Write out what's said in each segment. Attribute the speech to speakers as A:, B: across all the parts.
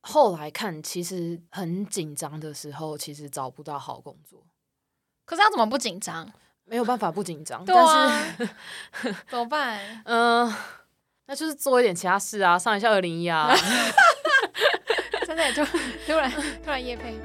A: 后来看，其实很紧张的时候，其实找不到好工作，
B: 可是他怎么不紧张？
A: 没有办法不紧 张。
B: 对
A: 但是，
B: 啊，怎么办？
A: 嗯、那就是做一点其他事啊，上一下二零一 啊。
B: 真的就 突然突然夜配。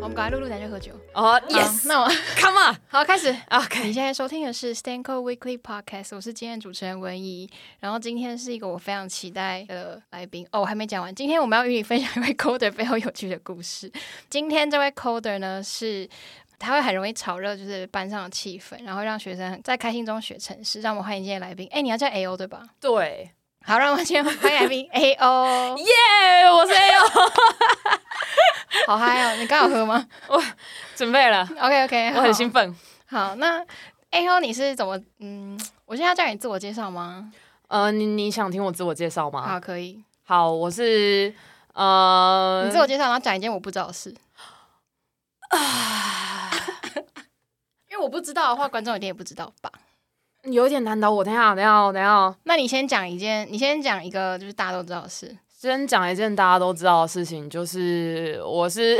B: 我们赶快录录，咱就喝酒。
A: 哦、
B: 好
A: y e s
B: 那我
A: come
B: 好开始。
A: on，OK，、
B: 你现在收听的是 Stanco Weekly Podcast，我是今天的主持人文怡。然后今天是一个我非常期待的来宾哦，我还没讲完。今天我们要与你分享一位 coder 非常有趣的故事。 今天这位 coder 呢是。他会很容易炒热，就是班上的气氛，然后让学生在开心中学城市。让我们欢迎今天的来宾。哎，你要叫 A O 对吧？
A: 对，
B: 好，让我们今天欢迎 来宾 A O。
A: 耶、我是 A O，
B: 好嗨哦！你刚好喝吗
A: 准备了，
B: ？OK OK，
A: 我很兴奋。
B: 好，那 A O 你是怎么？嗯，我现在要叫你自我介绍吗？
A: 呃，你你想听我自我介绍吗？
B: 好，可以。
A: 好，我是呃，
B: 你自我介绍，然后讲一件我不知道的事。 因为我不知道的话，观众一定也不知道吧？
A: 有一点难倒我，等一下，等一下，等一下哦，
B: 那你先讲一件，你先讲一个就是大家都知道的事。
A: 先讲一件大家都知道的事情，就是我是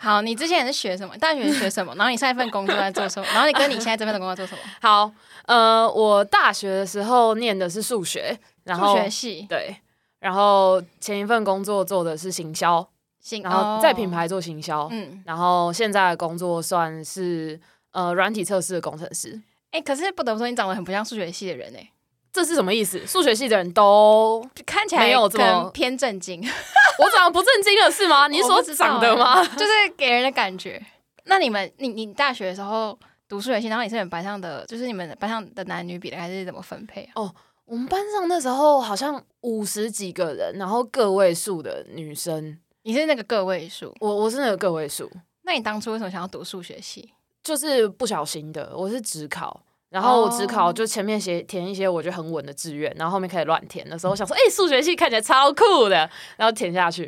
B: 好，你之前是学什么？大学学什么？然后你上一份工作在做什么？然后你跟你现在这份的工作做什么？
A: 好，呃，我大学的时候念的是数学，然后
B: 数学系，
A: 对，然后前一份工作做的是行销，
B: 行
A: 然后在品，牌做行销，
B: 哦嗯，
A: 然后现在的工作算是呃软体测试的工程师。
B: 哎、可是不得不说，你长得很不像数学系的人哎、
A: 这是什么意思？数学系的人 都
B: 看起来
A: 没有这么
B: 更偏正经，
A: 我长得不正经了是吗？你是
B: 我
A: 说
B: 不知道欸
A: 长得吗？
B: 就是给人的感觉。那你们，你你大学的时候读数学系，然后你是你们班上的，就是你们班上的男女比例还是怎么分配啊？
A: 我们班上那时候好像五十几个人，然后个位数的女生，
B: 你是那个个位数，
A: 我我是那个个位数，
B: 那你当初为什么想要读数学系？
A: 就是不小心的，我是只考。然后我只考
B: 哦
A: 就前面写填一些我觉得很稳的志愿，然后后面开始乱填的时候，想说，哎、数学系看起来超酷的，然后填下去，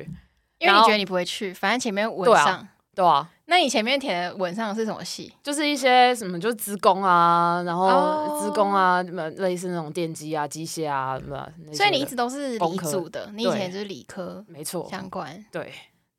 B: 因为
A: 然
B: 你
A: 后
B: 觉得你不会去，反正前面文
A: 对啊
B: 上，
A: 对啊，
B: 那你前面填的文上是什么系？
A: 就是一些什么，就是资工啊，然后
B: 哦
A: 资工啊，什么类似那种电机啊、机械啊，什么那些的。
B: 所以你一直都是
A: 工
B: 理
A: 科
B: 组的，你以前就是理科
A: 没错，
B: 相关。
A: 对。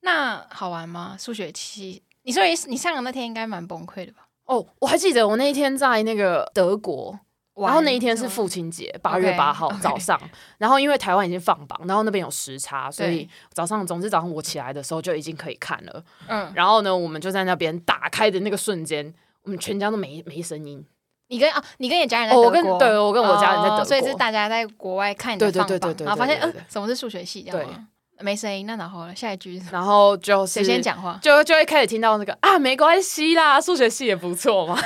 B: 那好玩吗？数学系，你所以你上的那天应该蛮崩溃的吧？
A: 哦，我还记得我那一天在那个德国，然后那一天是父亲节，八月
B: 嗯 OK，
A: 八号
B: OK
A: 早上。然后因为台湾已经放榜，然后那边有时差，所以
B: 对
A: 早上，总之早上我起来的时候就已经可以看了。
B: 嗯，
A: 然后呢，我们就在那边打开的那个瞬间，我们全家都没没声音。
B: 你跟啊，你跟你家人在
A: 哦，
B: 德国，
A: 我跟对我跟我家人在德国，
B: 哦所以是大家在国外看你的
A: 对对
B: 放
A: 对
B: 榜
A: 对对
B: 然后发现
A: 对对
B: 嗯
A: 对，
B: 什么是数学系这样吗？没声音，那然后呢下一句是什么
A: 然后就是
B: 谁先讲话？
A: 就就会开始听到那个啊，没关系啦，数学系也不错嘛。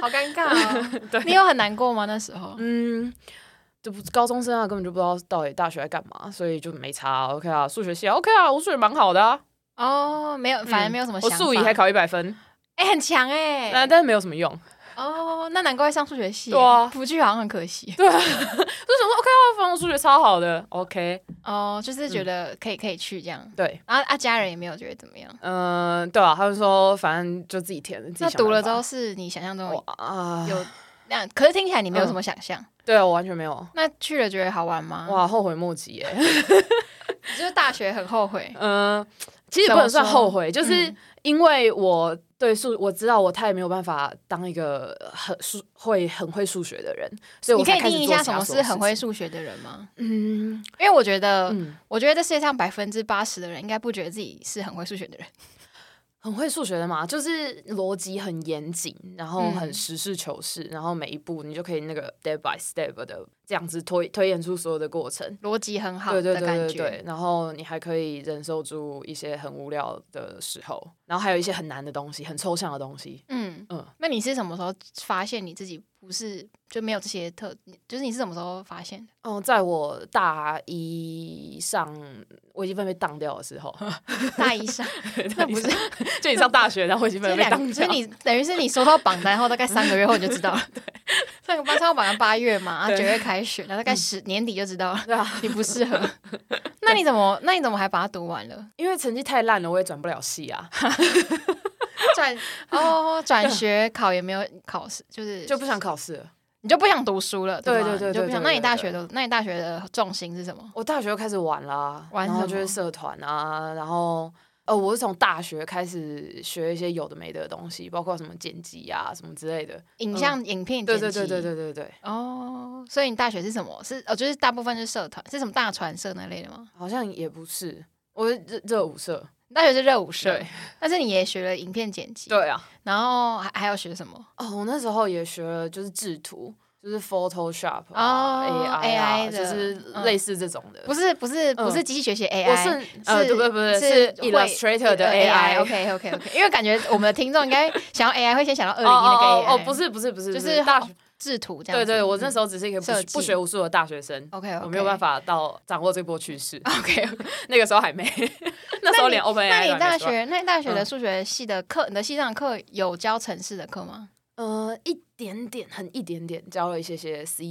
B: 好尴尬哦！你有很难过吗？那时候
A: 嗯，就不高中生啊，根本就不知道到底大学在干嘛，所以就没差啊、OK 啊，数学系啊 OK 啊，我数学蛮好的啊，
B: 哦，没有，反正
A: 嗯
B: 没有什么
A: 我
B: 想法。
A: 数乙还考一百分，
B: 哎、很强哎、
A: 那、但是没有什么用。就
B: 哦，那难怪上数学系，
A: 对啊
B: 不去好像很可惜。
A: 想说 OK 啊，反正我数学超好的，OK，
B: 哦，就是觉得
A: 嗯
B: 可以可以去这样，
A: 对，
B: 然后啊家人也没有觉得怎么样。
A: 嗯、对啊，他就说反正就自己填，自己
B: 那
A: 想
B: 读了之
A: 办
B: 后
A: 法
B: 是你想象中
A: 哇嗯啊，
B: 有那，可是听起来你没有什么想象。
A: 对啊，我完全没有，
B: 那去了觉得好玩吗？哇，
A: 哇，后悔莫及耶。
B: 就是大学很后悔。
A: 嗯，其实不能算后悔，就
B: 么说嗯
A: 是因为我对数，我知道我太没有办法当一个呃很数会很会数学的人， 所以我
B: 你可以
A: 才开
B: 定
A: 始
B: 义一
A: 做
B: 下什么
A: 其他所
B: 是
A: 有
B: 很会
A: 事情。
B: 数学的人吗？
A: 嗯
B: 因为我觉得，
A: 嗯，
B: 我觉得这世界上百分之八十的人应该不觉得自己是很会数学的人。
A: 很会数学的嘛，就是逻辑很严谨，然后
B: 嗯
A: 很实事求是，然后每一步你就可以那个 step by step 的这样子推推演出所有的过程。
B: 逻辑很好
A: 对
B: 的
A: 对对
B: 感觉。
A: 对对，然后你还可以忍受住一些很无聊的时候，然后还有一些很难的东西，很抽象的东西。
B: 嗯
A: 嗯
B: 嗯，那你是什么时候发现你自己不是就没有这些特？就是你是什么时候发现的？
A: 哦，在我大一上微积分被当掉的时 候，
B: 大 一上，那不是
A: 就你上大学，然后微积
B: 这
A: 分被
B: 两
A: 当
B: 个，
A: 掉
B: 所以。你等于是你收到榜单后，大概三个月后你就知道 了。上个班上到榜单八月嘛，啊
A: 对嗯
B: 九月开学，然后大概十年底就知道了，
A: 对啊，
B: 你不适合。那你怎么那你怎么还把它读完了？
A: 因为成绩太烂了，我也转不了系啊，
B: 转哦转学考也没有考试，就是
A: 就不想考试了。
B: 你就不想读书了，
A: 对
B: 吗
A: 对对
B: 你就
A: 对
B: 不想。
A: 对
B: 那
A: 对
B: 你大学
A: 对
B: 的那你大学的重心是什么？
A: 我大学就开始玩啦，
B: 玩
A: 然
B: 什
A: 后
B: 么
A: 就是社团啊，然后呃，我是从大学开始学一些有的没的东西，包括什么剪辑啊什么之类的。
B: 影像、影片、
A: 嗯对
B: 剪
A: 对对
B: 辑
A: 对对对对，
B: 哦，所以你大学是什么？是哦，就是大部分是社团，是什么大传社那类的吗？
A: 好像也不是，我是热热舞社。
B: 你大学是热舞 社
A: 对，
B: 但是你也学了影片剪辑，，
A: 啊，
B: 然后还还要学什么？
A: 哦，我那时候也学了就是制图，就是 Photoshop 啊、
B: 哦
A: AI 啊
B: AI 的
A: 就是
B: 嗯
A: 类似这种的。
B: 不是不是
A: 嗯
B: 不是机器学习 AI，
A: 我是呃，对不对不对，是 Illustrator 的 AI。
B: OK OK OK，因为感觉我们的听众应该想要 AI 会先想到
A: 哦
B: 二零一
A: 哦
B: 那
A: 哦
B: 个 AI，，
A: 不是不是不是，
B: 就
A: 不
B: 是
A: 大
B: 好
A: 学
B: 制图这样
A: 对
B: 子。嗯
A: 对，我那时候只是一个不
B: 设计
A: 不学无术的大学生，
B: OK OK，
A: 我没有办。法到掌握这波趋 势，
B: OK OK，
A: 那个时候还没， 那时候连 Open
B: 那
A: AI
B: 你大学那你大学的
A: 嗯
B: 数学系的课，你的系上的课有教城市的课吗？
A: 呃一点点，很一点点，教了一些些 C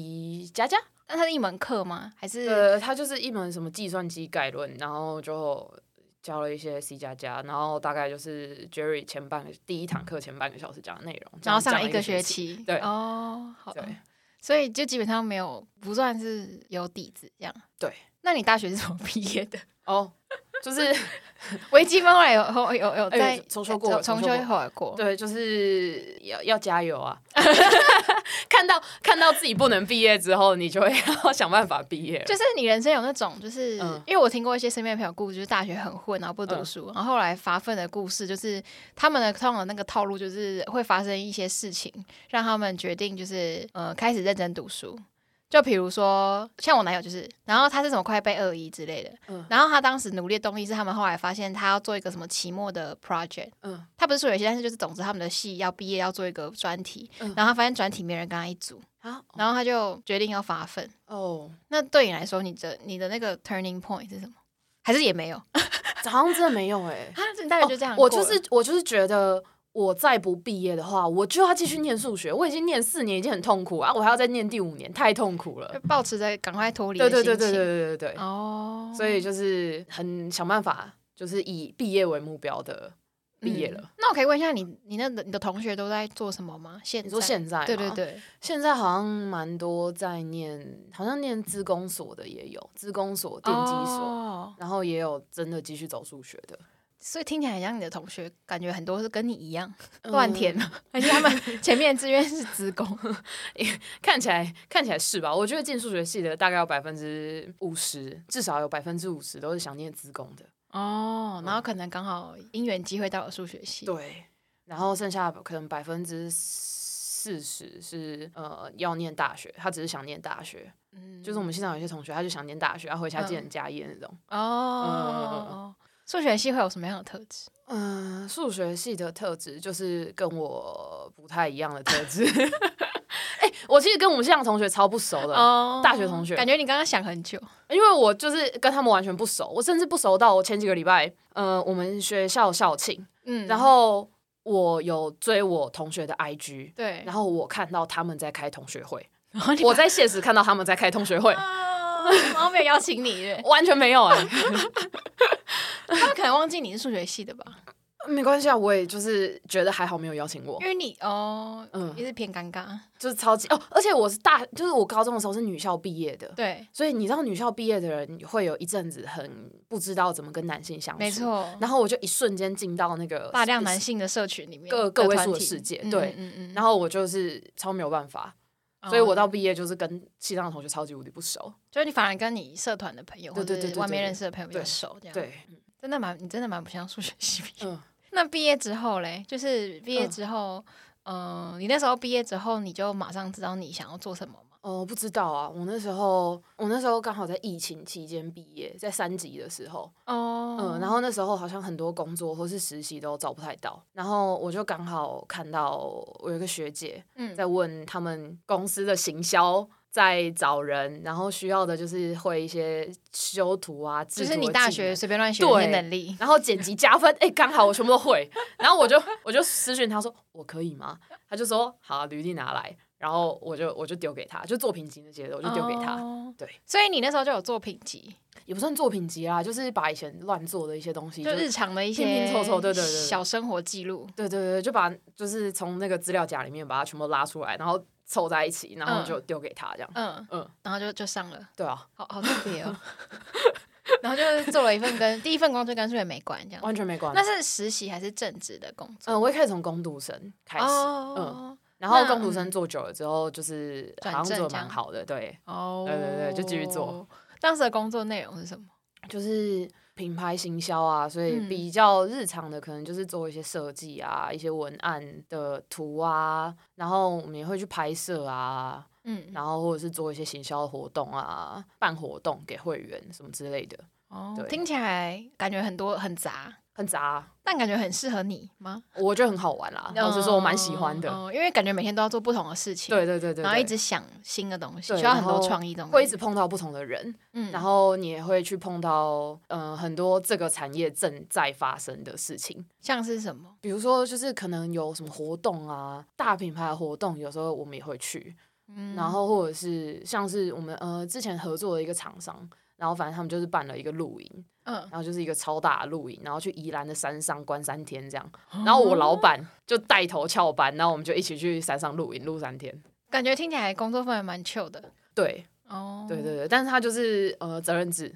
A: 加加，
B: 那它是一门课吗？还是
A: 呃，它就是一门什么计算机概论，然后就。教了一些 C 加加，然后大概就是 Jerry 前半个第一堂课前半个小时讲的内容，这
B: 然
A: 样
B: 后上
A: 讲
B: 了
A: 了
B: 一个
A: 学
B: 学，期？
A: 对
B: 哦，好，
A: 对，
B: 所以就基本上没有，不算是有底子这样。
A: 对，
B: 那你大学是怎么 毕业的？
A: 哦，就是
B: 微积分后来有后有有
A: 哎
B: 在
A: 重修过
B: 重
A: 重修
B: 修后来过。
A: 对，就是要要加油 啊！看到看到自己不能毕业之后，你就会要想办法毕业了。
B: 就是你人生有那种，就是、
A: 嗯
B: 因为我听过一些身边的朋友故事，就是大学很混，然后不读书，然后后来发奋的故事，就是他们的通常那个套路就是会发生一些事情，让他们决定就是呃开始认真读书。就比如说，像我男友就是，然后他是什么快被二一之类的，
A: 嗯
B: 然后他当时努力的动力是他们后来发现他要做一个什么期末的 project，
A: 嗯
B: 他不是数学系，但是就是总之他们的系要毕业要做一个专题，
A: 嗯
B: 然后他发现专题没人跟他一组，
A: 啊
B: 然后他就决定要发奋，
A: 哦，
B: 那对你来说，你的你的那个 turning point 是什么？还是也没有？
A: 啊好像真的没有哎、
B: 啊，你大学就这样、
A: 我就是我就是觉得。我再不毕业的话，我就要继续念数学。我已经念四年，已经很痛苦啊！我还要再念第五年，太痛苦了。
B: 保持着赶快脱离
A: 对对
B: 的
A: 对
B: 心情。
A: 对对对对对。
B: 哦，
A: 所以就是很想办法，就是以毕业为目标的毕业了。
B: 嗯那我可以问一下你，你那你的同学都在做什么吗？现在
A: 你说现在吗？
B: 对对对，
A: 现在好像蛮多在念，好像念资工所的也有，资工所、电机所，
B: 哦
A: 然后也有真的继续走数学的。
B: 所以听起来很像你的同学，感觉很多是跟你一样乱填
A: 嗯
B: 嘛，而且他 们前面志愿是职工，
A: 看起来看起来是吧？我觉得进数学系的大概有百分之五十，至少有百分之五十都是想念资工的。
B: 哦，然后可能刚好因缘机会到了数学系，
A: 嗯对，然后剩下可能百分之四十是呃要念大学，他只是想念大学。
B: 嗯，
A: 就是我们现场有些同学，他就想念大学，他回家
B: 嗯
A: 继承家业那种。
B: 哦，数学系会有什么样的特质？
A: 嗯，数学系的特质就是跟我不太一样的特质。 哎、我其实跟我们现场同学超不熟的，
B: 哦
A: 大学同学
B: 感觉你刚刚想很久。
A: 因为我就是跟他们完全不熟，我甚至不熟到我前几个礼拜，呃，我们学校校庆，
B: 嗯
A: 然后我有追我同学的 IG，
B: 对，
A: 然后我看到他们在开同学会，
B: 然后你
A: 我在现实看到他们在开同学会，哦
B: 啊，然后没有邀请你，对
A: 完全没有哎、
B: 他们可能忘记你是数学系的吧？
A: 没关系啊，我也就是觉得还好没有邀请我
B: 因，为你哦，
A: 嗯
B: 也是偏尴尬，
A: 就是超级哦，而且我是大，就是我高中的时候是女校毕业的，
B: 对，
A: 所以你知道女校毕业的人会有一阵子很不知道怎么跟男性相处，
B: 没。错，
A: 然后我就一瞬间进到那个
B: 大量男，性的社群里面，
A: 个个位数的世界对
B: 嗯嗯
A: 然
B: 后
A: 后我就是超没有办法，所以
B: 哦
A: 我
B: 嗯
A: 到毕业就是跟系上的同学超级无敌不熟。
B: 就是你反而跟你社团的朋友或
A: 对
B: 者
A: 对对对
B: 是
A: 对
B: 外面
A: 对
B: 认识的朋友比较
A: 对
B: 熟，这样，
A: 对，
B: 真的蛮你真的蛮不像数学系毕业。
A: 嗯，
B: 那毕业之后嘞，就是毕业
A: 嗯
B: 之后，嗯，你那时候毕业之后，你就马上知道你想要做什么吗？
A: 哦，不知道啊，我那时候我那时候刚好在疫情期间毕业，在三级的时候，
B: 哦
A: 嗯，然后那时候好像很多工作或是实习都找不太到，然后我就刚好看到我有一个学姐，
B: 嗯
A: 在问他们公司的行销。在找人，然后需要的就是会一些修图啊，制
B: 就
A: 图
B: 是你
A: 的
B: 大
A: 技能
B: 学随便乱学的那些
A: 对
B: 能力，
A: 然后剪辑加分，哎、刚好我全部都会。然后我就我就私讯他说我可以吗？他就说好啊，履历拿来。然后我就我就丢给他，就作品集那些的，我
B: 我
A: 就丢给他。
B: 哦
A: 对，
B: 所以你那时候就有作品集，
A: 也不算作品集啦，就是把以前乱做的一些东西，
B: 就日常的一些
A: 拼拼凑凑对对对对
B: 小生活记录。
A: 对对对，就把就是从那个资料夹里面把它全部拉出来，然后凑在一起，然后就丢给他这样。
B: 嗯
A: 嗯，
B: 然后就就上了，
A: 对啊，
B: 好好特别哦。 然后就是做了一份跟第一份工作跟数学没关这样，
A: 完全没关系
B: 那。是实习还是正职的工作？
A: 嗯，我也开始从攻读生开始，嗯
B: 哦
A: 然后
B: 那
A: 攻读生做久了之后，就是好
B: 转
A: 像
B: 正
A: 做得
B: 这样
A: 蛮好的，对，
B: 哦
A: 对对对就继续做。
B: 当时的工作内容是什么？
A: 就是品牌行销啊，所以
B: 嗯
A: 比较日常的可能就是做一些设计啊，一些文案的图啊，然后我们也会去拍摄啊，
B: 嗯，
A: 然后或者是做一些行销活动啊，办活动给会员什么之类的，
B: 哦
A: 对，
B: 听起来感觉很多很杂，
A: 很杂啊，
B: 但感觉很适合你吗？
A: 我觉得很好玩啦。啊老实说，我蛮喜欢的。
B: 哦，因为感觉每天都要做不同的事情，
A: 对对对对，
B: 然后
A: 对
B: 一直想新的东西，
A: 对
B: 需要很
A: 然
B: 多
A: 后
B: 创意的东西，
A: 会一直碰到不同的人，
B: 嗯
A: 然后你也会去碰到嗯、呃很多这个产业正在发生的事情，
B: 像是什么？
A: 比如说就是可能有什么活动啊，大品牌的活动，有时候我们也会去，
B: 嗯
A: 然后或者是像是我们呃之前合作的一个厂商。然后反正他们就是办了一个露营，
B: 嗯，
A: 然后就是一个超大的露营，然后去宜兰的山上关三天这样。然后我老板
B: 哦
A: 就带头翘班，然后我们就一起去山上露营，露三天。
B: 感觉听起来工作氛围蛮 chill 的
A: 对，
B: 哦。
A: 对对对，但是他就是呃责任制，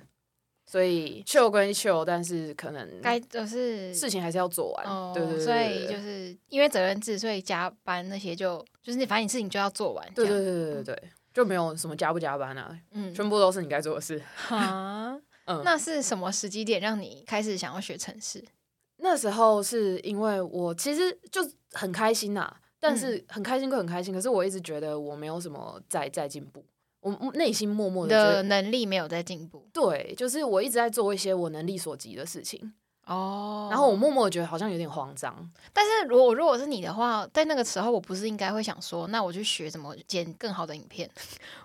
A: 所以秀归秀，但是可能
B: 该就是
A: 事情还是要做完。
B: 哦，
A: 对对对，
B: 所
A: 对
B: 以
A: 对
B: 就是因为责任制，所以加班那些就就是你反正你事情就要做完，
A: 对
B: 这样
A: 对对对对对，就没有什么加不加班啊，
B: 嗯，
A: 全部都是你该做的事。
B: 啊，
A: 嗯
B: 那是什么时机点让你开始想要学城市？
A: 那时候是因为我其实就很开心呐、但是很开心归很开心，可是我一直觉得我没有什么在在进步，我我内心默默
B: 你
A: 的觉
B: 的
A: 得。哦
B: 能力没有在进步
A: 对，就是我一直在做一些我能力所及的事情，
B: 哦
A: 然后我默默地觉得好像有点慌张，
B: 但是如果如果是你的话，在那个时候，我不是应该会想说，那我去学怎么剪更好的影片，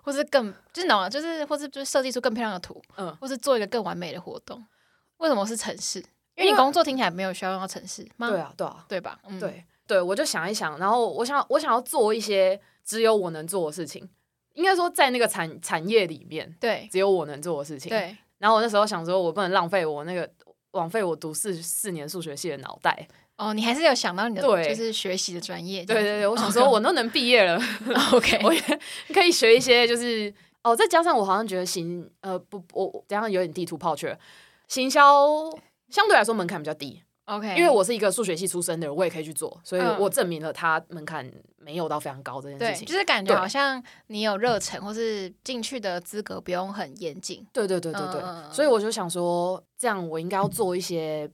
B: 或是更就是脑就是或是就是设计出更漂亮的图，
A: 嗯
B: 或是做一个更完美的活动。为什么是城市？因
A: 因
B: 为你
A: 为
B: 工作听起来没有需要用到城市吗？
A: 对啊，对啊，
B: 对吧？嗯，
A: 对对，我就想一想，然后我想我想要做一些只有我能做的事情，应该说在那个产产业里面
B: 对
A: 只有我能做的事情。，
B: 对，
A: 然后我那时候想说，我不能浪费我那个枉费我读四四年数学系的脑袋。
B: 哦，你还是有想到你的
A: 对
B: 就是学习的专业这
A: 对
B: 样
A: 对
B: 子，
A: 对，我想说我都能毕业 了，
B: 哦 OK，
A: 我也可以学一些就是哦，再加上我好像觉得行呃不我我等一下有点地图炮去了，行销相对来说门槛比较低，
B: OK，
A: 因为我是一个数学系出身的人，我也可以去做，所以
B: 嗯
A: 我证明了它门槛没有到非常高这件
B: 对
A: 事，情
B: 就。是感觉
A: 对
B: 好像你有热忱，或是进去的资格不用很严谨。
A: 对对对对对，
B: 嗯嗯嗯
A: 所以我就想说，这样我应该要做一些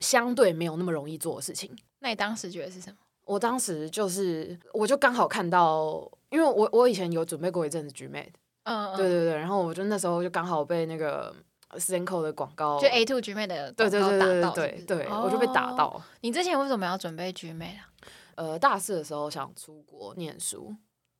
A: 相对没有那么容易做的事情。
B: 那你当时觉得是什么？
A: 我当时就是，我就刚好看到，因为我我以前有准备过一阵子局妹，
B: 嗯，嗯
A: 对对对，然后我就那时候就刚好被那个 s e n c o 的广告，
B: 就 A two 局妹的
A: 对
B: 广
A: 对对
B: 告打
A: 对
B: 到
A: 对
B: 是不
A: 对
B: 是，
A: 对，我就被打
B: 哦。
A: 到。
B: 你之前为什么要准备局妹啊？
A: 呃，大四的时候想出国念书，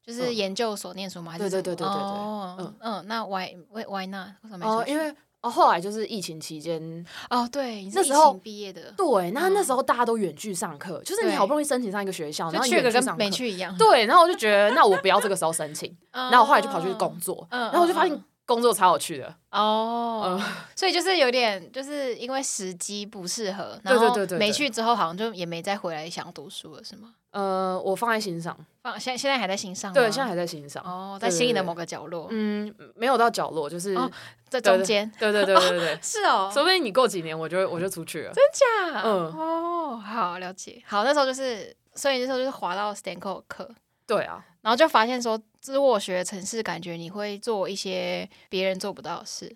B: 就是研究所念书吗？还
A: 嗯
B: 是
A: 对
B: 什么
A: 对对对对对
B: 哦
A: 嗯
B: 嗯，那 why why why not？为什么没
A: 哦、
B: 出去
A: 因为哦后来就是疫情期间，
B: 哦，对，你是
A: 那
B: 疫
A: 时候
B: 情毕业的，
A: 对，那那
B: 嗯
A: 时候大家都远距上课，就是你
B: 对
A: 好不容易申请上一个学校，啊然
B: 就
A: 后你
B: 去
A: 远
B: 个
A: 距
B: 跟
A: 上
B: 没
A: 课
B: 去一样。
A: 对，然后我就觉得，那我不要这个时候申 请，
B: 嗯，
A: 然后我后来就跑去工作，
B: 嗯，嗯，
A: 然后我就发
B: 嗯
A: 现工作超有趣的，
B: 哦
A: 嗯，
B: 所以就是有点，就是因为时机不适合，
A: 对
B: 然
A: 对
B: 后
A: 对对对
B: 没去之后好像就也没再回来想读书了，是吗？
A: 呃，我放在心上，
B: 放现现在还在心上吗，
A: 对，现在还在心上，
B: 哦，在
A: 对对
B: 心里的
A: 对
B: 某个角落，
A: 嗯，没有到角落，就是
B: 哦在
A: 对
B: 中
A: 对
B: 间，
A: 对对对对对对，
B: 是哦，
A: 说不定你过几年我就我就出去了，
B: 真假？
A: 嗯
B: 哦，好了解。好，那时候就是，所以那时候就是滑到 Stanco 课，
A: 对啊，
B: 然后就发现说，自我学城市，感觉你会做一些别人做不到的事。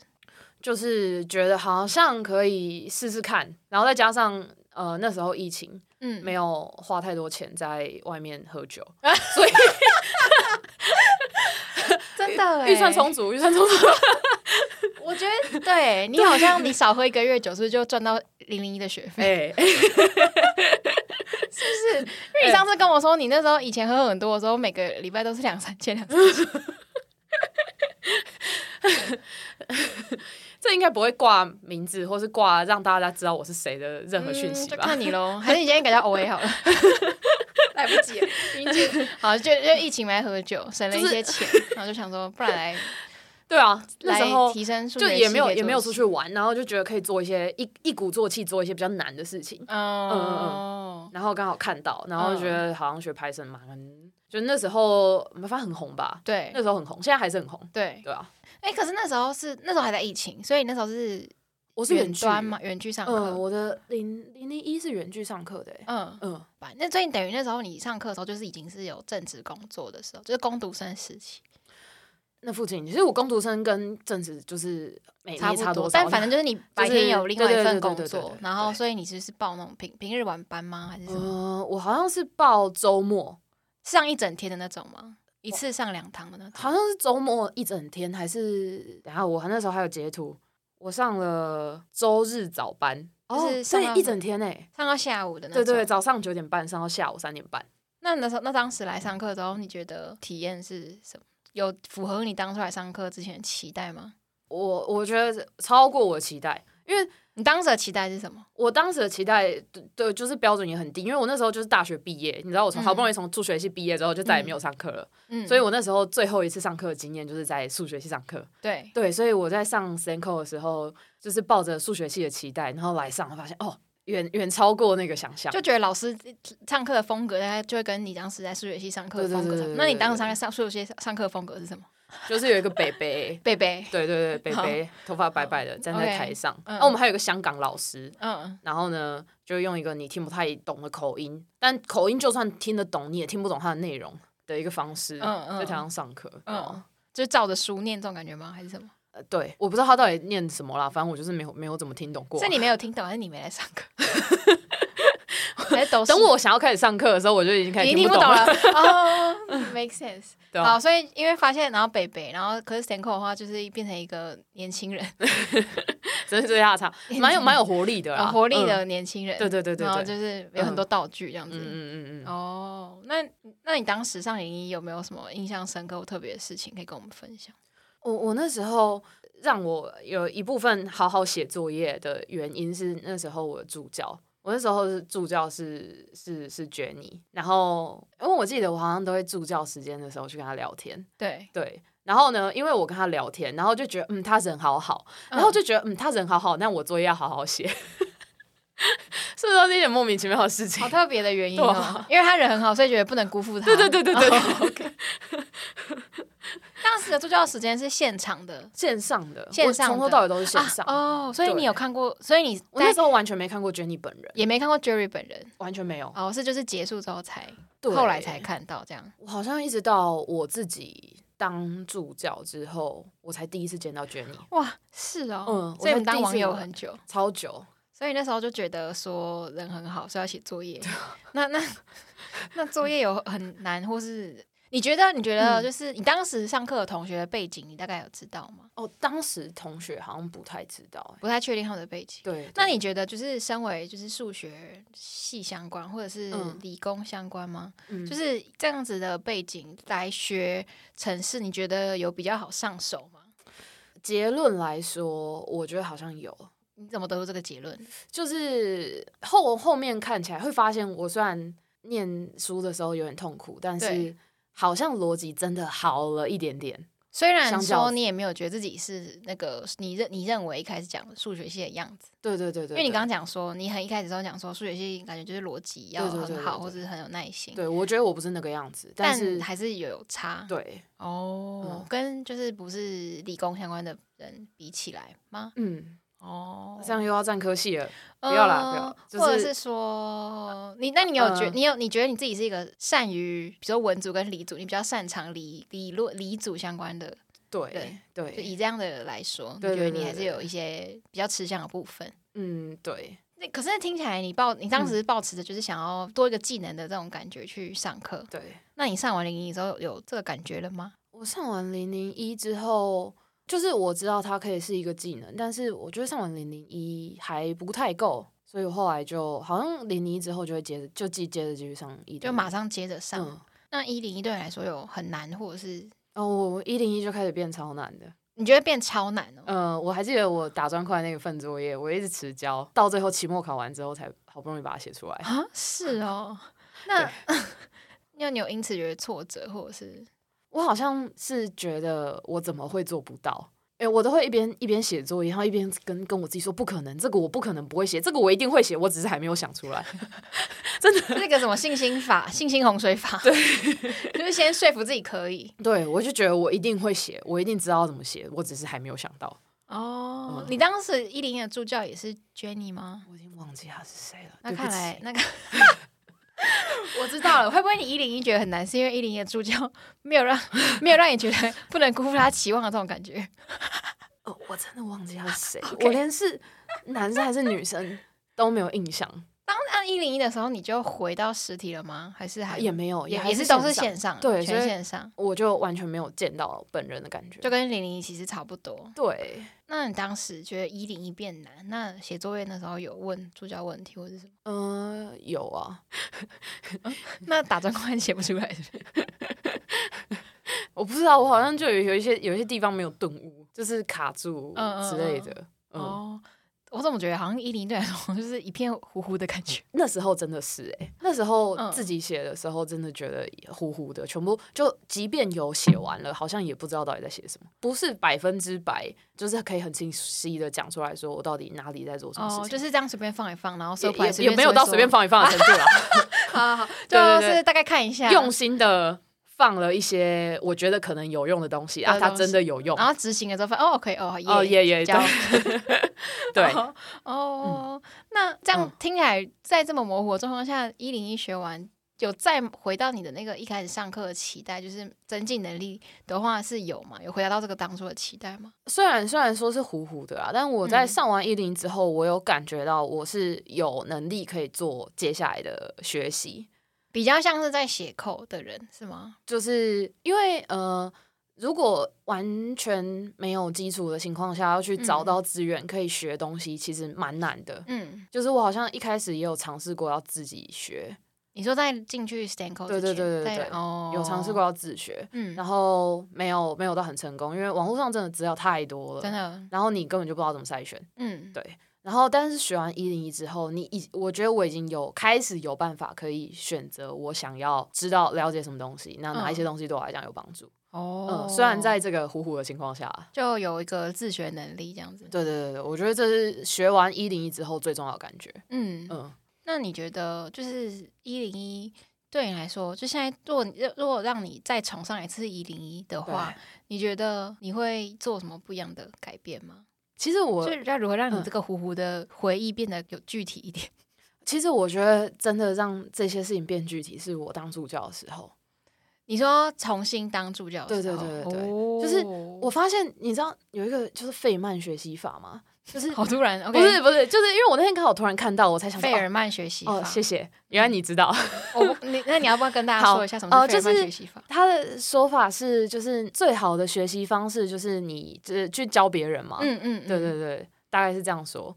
A: 就是觉得好像可以试试看，然后再加上呃那时候疫情，
B: 嗯，
A: 没有花太多钱在外面喝酒，
B: 真的欸
A: 预算。充足，预算充足，
B: 我觉得对你好像你少喝一个月酒，是不是就赚到零零一的学费？
A: 哎，
B: 因
A: 嗯
B: 为你上次跟我说，你那时候以前喝很多的时候，每个礼拜都是两三千，两三千。
A: 这应该不会挂名字或是挂让大家知道我是谁的任何讯
B: 嗯
A: 息
B: 就
A: 吧？
B: 看你喽。还是你今天给他 O A 好了。来不及了，已经结束好，就就疫情来喝酒，省了一些钱，然后就想说，不然来
A: 对啊，那时
B: 来
A: 候
B: 提升数
A: 就
B: 学
A: 也
B: 系
A: 没有
B: 可以
A: 也
B: 做
A: 没有
B: 事
A: 出去，玩，然后就觉得可以做一些一一鼓作气做一些比较难的事情，
B: 哦，
A: 然后刚好看到，然后觉得好像学 Python 蛮，就那时候反正很红吧，
B: 对
A: 那时候很红，现在还是很红，
B: 对，
A: 对啊，
B: 哎，可是那时候是那时候还在疫情，所以那时候是
A: 我
B: 我
A: 是
B: 远
A: 远距
B: 端嘛，，远距上
A: 嗯，
B: 课，
A: 我的零零零一是远距上课的、欸，
B: 嗯，
A: 嗯，
B: 吧那所以等于那时候你上课的时候，就是已经是有正职工作的时候，就是工读生时期，
A: 那附近其实我工读生跟正职就是每没
B: 不
A: 多少，
B: 但反正就是你白天有另外一份工
A: 对对对对对
B: 作
A: 对，
B: 然后所以你就是报那种平平日晚班吗？还是什么？
A: 嗯、我好像是报周末，
B: 上一整天的那种吗？一次上两堂的那种？
A: 好像是周末一整天，还是等一下我那时候还有截图，我上了周日早班，
B: 就是
A: 哦
B: 上
A: 对
B: 到
A: 一整天诶、
B: 上到下午的那
A: 对
B: 种？
A: 对，早上九点半上到下午三点半。
B: 那那时候，那当时来上课之后，你觉得体验是什么？有符合你当初来上课之前的期待吗？
A: 我我觉得超过我的期待，因为
B: 你当时的期待是什么？
A: 我当时的期待，对对，就是标准也很低，因为我那时候就是大学毕业，你知道我从
B: 嗯
A: 好不容易从数学系毕业之后就再也没有上课了，
B: 嗯，
A: 所以我那时候最后一次上课的经验就是在数学系上课，
B: 对，
A: 对，所以我在上 s t a n c o 的时候，就是抱着数学系的期待，然后来上，发现哦，远远超过那个想象，
B: 就觉得老师上课的风格，大概就会跟你当时在数学系上课的
A: 对对
B: 风格
A: 对
B: 差不
A: 对
B: 多。
A: 对
B: 那你当时
A: 对
B: 上上数学系上课的风格是什么？
A: 就是有一个北北。
B: 贝贝，
A: 对对对，北北头发白白的站在
B: OK，
A: 台上。那、
B: 嗯
A: 我们还有一个香港老师，
B: 嗯，
A: 然后呢，就用一个你听不太懂的口音，但口音就算听得懂，你也听不懂它的内容的一个方式，
B: 嗯嗯
A: 在台上上课。
B: 嗯
A: 嗯，
B: 就照着书念这种感觉吗？还是什么？
A: 呃对，我不知道他到底念什么啦，反正我就是没有没有怎么听懂过
B: 是。你没有听懂，还是你没来上课？ 还是都是
A: 等我想要开始上课的时候，我就已经开
B: 你
A: 始
B: 已经听
A: 不
B: 不懂
A: 了。
B: 了哦 ，make sense。
A: 对啊
B: 好，所以因为发现，然后北北，然后可是 Stanco 的话，就是变成一个年轻人，
A: 真是最大的差，蛮有蛮有活力的
B: 有
A: 啦，
B: 哦活力
A: 嗯。
B: 的年轻人。
A: 对对对对
B: 然后
A: 对，
B: 就是有很多道具这样
A: 嗯
B: 子。
A: 嗯嗯嗯嗯。
B: 哦，那那你当时上影一有没有什么印象深刻或特别的事情可以跟我们分享？
A: 我我那时候让我有一部分好好写作业的原因是那时候我的助教，我那时候是助教是是是 Jenny，然后因为我记得我好像都会助教时间的时候去跟他聊天，
B: 对，
A: 对。然后呢，因为我跟他聊天，然后就觉得嗯他人好好，然后就觉得嗯他人好好，那我作业要好好写， 是不是都是一点莫名其妙的事情
B: 好？特别的原因
A: 对
B: 哦
A: 啊，
B: 因为他人很好，所以觉得不能辜负他。
A: 对对对对对
B: 哦 OK 当时的助教时间是现场的
A: 线上的，
B: 线上的
A: 我从头到尾都是线上。
B: 啊哦，所以
A: 对
B: 你有看过，所以你
A: 我那
B: 在
A: 时候完全没看过 Jenny 本人，
B: 也没看过 Jerry 本人
A: 完全没有。
B: 哦，是就是结束之后才
A: 对
B: 哦后来才看到这样。
A: 我好像一直到我自己当助教之后，我才第一次见到 Jenny，
B: 哇，是哦，
A: 嗯
B: 所
A: 我才
B: 以我们当
A: 第一次
B: 网友
A: 有
B: 很久，
A: 超久。
B: 所以那时候就觉得说人很好，所以要写作业。 那那那作业有很难，或是你觉得你觉得
A: 嗯
B: 就是你当时上课的同学的背景，你大概有知道吗？
A: 哦，当时同学好像不太知道、欸。
B: 不太确定他们的背景。
A: 对，
B: 那你觉得就是身为就是数学系相关或者是
A: 嗯
B: 理工相关吗？
A: 嗯
B: 就是这样子的背景来学城市，你觉得有比较好上手吗？
A: 结论来说，我觉得好像有，
B: 你怎么得出这个结论？
A: 就是后后面看起来会发现，我虽然念书的时候有点痛苦，但是
B: 对
A: 好像逻辑真的好了一点点。
B: 虽然
A: 相较
B: 说你也没有觉得自己是那个你认你认为一开始讲数学系的样子，
A: 对对对对
B: 因为你刚刚讲说你很一开始都讲说数学系感觉就是逻辑要
A: 对对对
B: 很
A: 对
B: 好，
A: 对
B: 或是很有耐心，
A: 对我觉得我不是那个样子，但
B: 但
A: 是
B: 还是有差
A: 对，
B: 哦
A: 嗯，
B: 跟就是不是理工相关的人比起来吗？
A: 嗯，
B: 哦，
A: 这样又要占科系了。
B: 不
A: 不要啦不要就是
B: 或者是说你，那你有觉、
A: 呃
B: 你有你觉得你自己是一个善于，比如说文组跟理组，你比较擅长理理论理组相关的，
A: 对
B: 对
A: 对
B: 就以这样的来说，你
A: 对
B: 觉
A: 对
B: 得
A: 对
B: 你还是
A: 对
B: 有一些比较吃香的部分。
A: 嗯对，
B: 那可是听起来你抱你当
A: 嗯
B: 时抱持着就是想要多一个技能的这种感觉去上课，
A: 对
B: 那你上完零一之后有这个感觉了吗？
A: 我上完零零一之后，就是我知道它可以是一个技能，但是我觉得上完零零一还不太够，所以我后来就好像零零一之后就会接着就继接着继续上一，
B: 就马上接着上。
A: 嗯，
B: 那一零一对你来说有很难，或者是
A: 哦，我一零一就开始变超难的。
B: 你觉得变超难哦？
A: 呃，我还记得我打砖块那一份作业，我一直迟交，到最后期末考完之后才好不容易把它写出来。
B: 啊，是哦，那那你有因此觉得挫折，或者是
A: 我好像是觉得我怎么会做不到？哎、我都会一边一边写作业，然后一边跟跟我自己说不可能，这个我不可能不会写，这个我一定会写，我只是还没有想出来。
B: 那个什么信心 法、信心洪水法？对， 就是先说服自己可以。
A: 对，我就觉得我一定会写，我一定知道怎么写，我只是还没有想到。
B: 哦，你当时一零一的助教也是 Jenny 吗？
A: 我已经忘记他是谁了，
B: 那
A: 对不
B: 看
A: 起
B: 来那个 我知道了，会不会你一零一觉得很难，是因为一零一的助教 没有让没有让你觉得不能辜负他期望的这种感 觉？
A: 哦，我真的忘记他是谁
B: OK
A: 我连是男生还是女 生都没有印象，
B: 当按哦一零一的时候，你就回到实体了吗？还是还
A: 也没有，
B: 也
A: 还
B: 是
A: 是
B: 都是
A: 线
B: 线
A: 上，
B: 上，
A: 对
B: 全
A: 所以
B: 线上，
A: 我就完全没有见到本人的感觉。
B: 就跟零零一其实差不多。
A: 对，
B: 那你当时觉得一零一变难，那写作业那时候有问助教问题或者是什么？
A: 嗯、有啊，
B: 那打转关写不出来是不是？
A: 我不知道，我好像就有有一些有一些地方没有顿悟，就是卡住
B: 嗯嗯
A: 之类的。嗯，
B: 哦，我怎么觉得好像一零一对来说就是一片糊糊的感觉？
A: 那时候真的是哎、那时候
B: 嗯
A: 自己写的时候，真的觉得糊糊的，全部就即便有写完了，好像也不知道到底在写什么，不是百分之百，就是可以很清晰的讲出来说我到底哪里在做什么事情，
B: 哦，就是这样随便放一放，然后收回来
A: 也
B: 随
A: 也
B: 便
A: 也没有
B: 说一
A: 到
B: 说
A: 随便，放一放的程度啦，
B: 好好好，
A: 对啊对
B: 就
A: 对
B: 是大概看一下，
A: 用心的放了一些我觉得可能有用的东西啊，
B: 有
A: 它
B: 东
A: 真的有用
B: 然，后执行了之后发现哦可以哦
A: 哦
B: 也
A: 也也
B: 交
A: 对，
B: 哦哦，那这样
A: 嗯
B: 听起来，在这么模糊的状况下，一零一学完。有再回到你的那个一开始上课的期待，就是增进能力的话是有吗？有回答到这个当初的期待吗？
A: 虽然虽然说是糊糊的啊，但我在
B: 嗯
A: 上完一零之后，我有感觉到我是有能力可以做接下来的学习，
B: 比较像是在写扣的人是吗？
A: 就是因为呃，如果完全没有基础的情况下，要去找
B: 嗯
A: 到资源可以学东西，其实蛮难的。
B: 嗯，
A: 就是我好像一开始也有尝试过要自己学，
B: 你说在进去 stanco
A: 对对对对对
B: 哦，
A: 有尝试过，要自学，
B: 嗯，
A: 然后没有没有到很成功，因为网络上真的资料太多了，
B: 真的，
A: 然后你根本就不知道怎么筛选。
B: 嗯，
A: 对然后，但是学完一零一之后，你已我觉得我已经有开始有办法可以选择我想要知道了解什么东西，那哪一些东西对我来讲有帮助。
B: 嗯哦
A: 嗯，，虽然在这个糊糊的情况下，
B: 就有一个自学能力这样子。
A: 对对对对，我觉得这是学完一零一之后最重要的感觉。
B: 嗯，
A: 嗯，
B: 那你觉得就是一零一对你来说，就现在如果你如果让你再重上一次一零一的话
A: 对，
B: 你觉得你会做什么不一样的改变吗？
A: 其实我
B: 就是要如何让你
A: 嗯
B: 这个糊糊的回忆变得有具体一点？
A: 其实我觉得真的让这些事情变具体，是我当助教的时候，
B: 你说重新当助教的时候，
A: 对对对对对
B: 哦
A: 就是我发现你知道有一个就是费曼学习法吗？就是
B: 好突然，OK，
A: 不是不是，就是因为我那天刚好突然看到，我才想说
B: 费
A: 哦
B: 尔曼学习法。
A: 哦，谢谢，原来你知道。
B: 我不你那你要不要跟大家
A: 好
B: 说一下什么
A: 呃
B: 是费尔
A: 就
B: 曼
A: 是
B: 学习法？
A: 他的说法是，就是最好的学习方式就是你就是去教别人嘛。
B: 嗯嗯，嗯
A: 哦
B: 哦
A: 对对对，大概是这样说，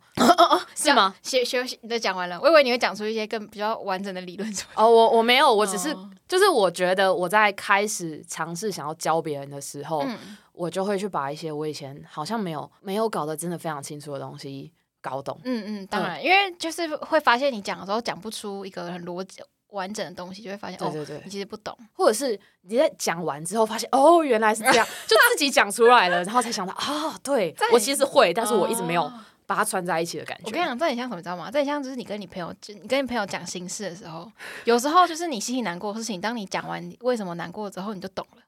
B: 这
A: 是
B: 样
A: 吗？？
B: 学学习你都讲完了，我以为你会讲出一些更比较完整的理论出来。
A: 哦，我我没有，我只是、
B: 哦
A: 就是我觉得我在开始尝试想要教别人的时候，
B: 嗯，
A: 我就会去把一些我以前好像没有没有搞得真的非常清楚的东西搞懂。
B: 嗯嗯，当然，因为就是会发现你讲的时候讲不出一个很逻辑完整的东西，就会发现
A: 对
B: 哦，
A: 对对
B: 你，其实不懂。
A: 或者是你在讲完之后发现，哦，原来是 这样，就自己讲出来了，然后才想到啊、对
B: 在
A: 我其实会，但是我一直没有
B: 哦
A: 把它串在一起的感觉。
B: 我跟你讲，这很像什么，你知道吗？这很像就是你跟你朋友，就你跟你朋友讲心事的时候，有时候就是你心里难过的事情，当你讲完你为什么难过之后，你就懂 了。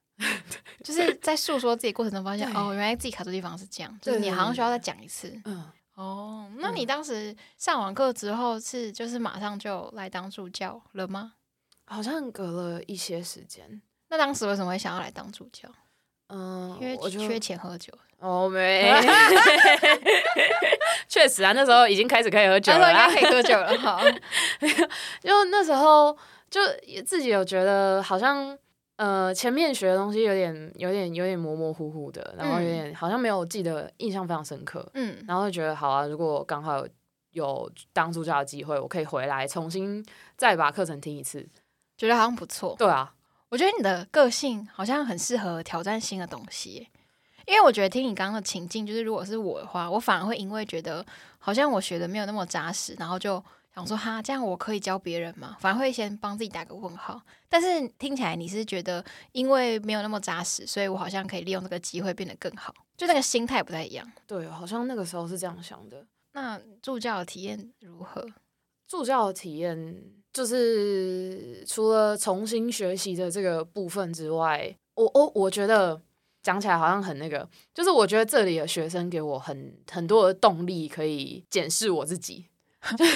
B: 就是在诉说自己过程中发现，
A: 对
B: 哦，原来自己卡住的地方是这样，就是
A: 对
B: 你
A: 对
B: 好像
A: 对
B: 需要再讲一次。
A: 嗯。
B: 哦，那
A: 嗯
B: 你当时上完课之后是就是马上就来当助教了吗？
A: 好像隔了一些时间，
B: 那当时为什么会想要来当助教？
A: 嗯，
B: 因为
A: 我就
B: 缺钱喝酒，
A: 哦没， 确实啊，那时候已经开始可以喝酒
B: 那
A: 了啊啦
B: 时候应该，可以喝酒了 哈。
A: 就那时候就也自己有觉得好像。呃，前面学的东西有点、有点、有点模模糊糊的，然后有点好像没有记得印象非常深刻，
B: 嗯，
A: 然后就觉得好啊，如果刚好有有当助教的机会，我可以回来重新再把课程听一次。
B: 觉得好像不错。
A: 对啊，
B: 我觉得你的个性好像很适合挑战新的东西耶，因为我觉得听你刚刚的情境，就是如果是我的话，我反而会因为觉得好像我学的没有那么扎实，然后就想说哈，这样我可以教别人吗？反而会先帮自己打个问号。但是听起来你是觉得，因为没有那么扎实，所以我好像可以利用这个机会变得更好，就那个心态不太一样。
A: 对，好像那个时候是这样想的。
B: 那助教的体验如何？
A: 助教的体验就是除了重新学习的这个部分之外，我我我觉得讲起来好像很那个，就是我觉得这里的学生给我很很多的动力，可以检视我自己。 等一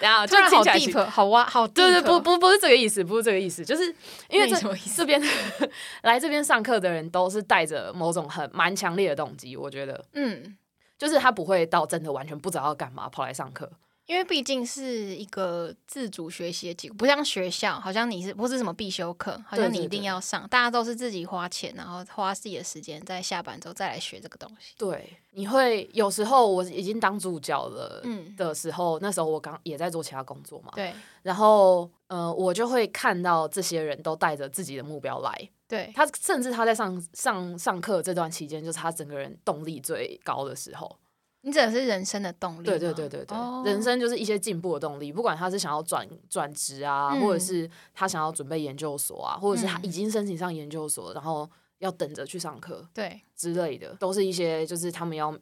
A: 下哦
B: 突
A: 就
B: 然
A: 听
B: 好
A: 起来其
B: deep，好挖，好 deep
A: 对对，不
B: 哦
A: 不不是这个意思，不是这个意思，就是因为
B: 那你
A: 这
B: 什么意思
A: 这边 来这边上课的人都是带着某种很蛮强烈的动机，我觉得
B: 嗯，
A: 就是他不会到真的完全不知道要干嘛跑来上课，
B: 因为毕竟是一个自主学习的机构，不像学校，好像你是不是什么必修课，好像
A: 对
B: 你
A: 对
B: 一定要上，大家都是自己花钱，然后花自己的时间，在下班之后再来学这个东西。
A: 对，你会有时候我已经当助教了。
B: 嗯，
A: 的时候，那时候我刚也在做其他工作嘛，
B: 对
A: 然后呃，我就会看到这些人都带着自己的目标来，
B: 对，
A: 他甚至他在上上上课这段期间，就是他整个人动力最高的时候。
B: 你指的是人生的动力吗，
A: 对对对对对，
B: 哦
A: 人生就是一些进步的动力，不管他是想要转转职啊，
B: 嗯
A: 或者是他想要准备研究所啊，或者是他
B: 嗯
A: 已经申请上研究所，然后要等着去上课
B: 对，
A: 之类的，都是一些就是他们要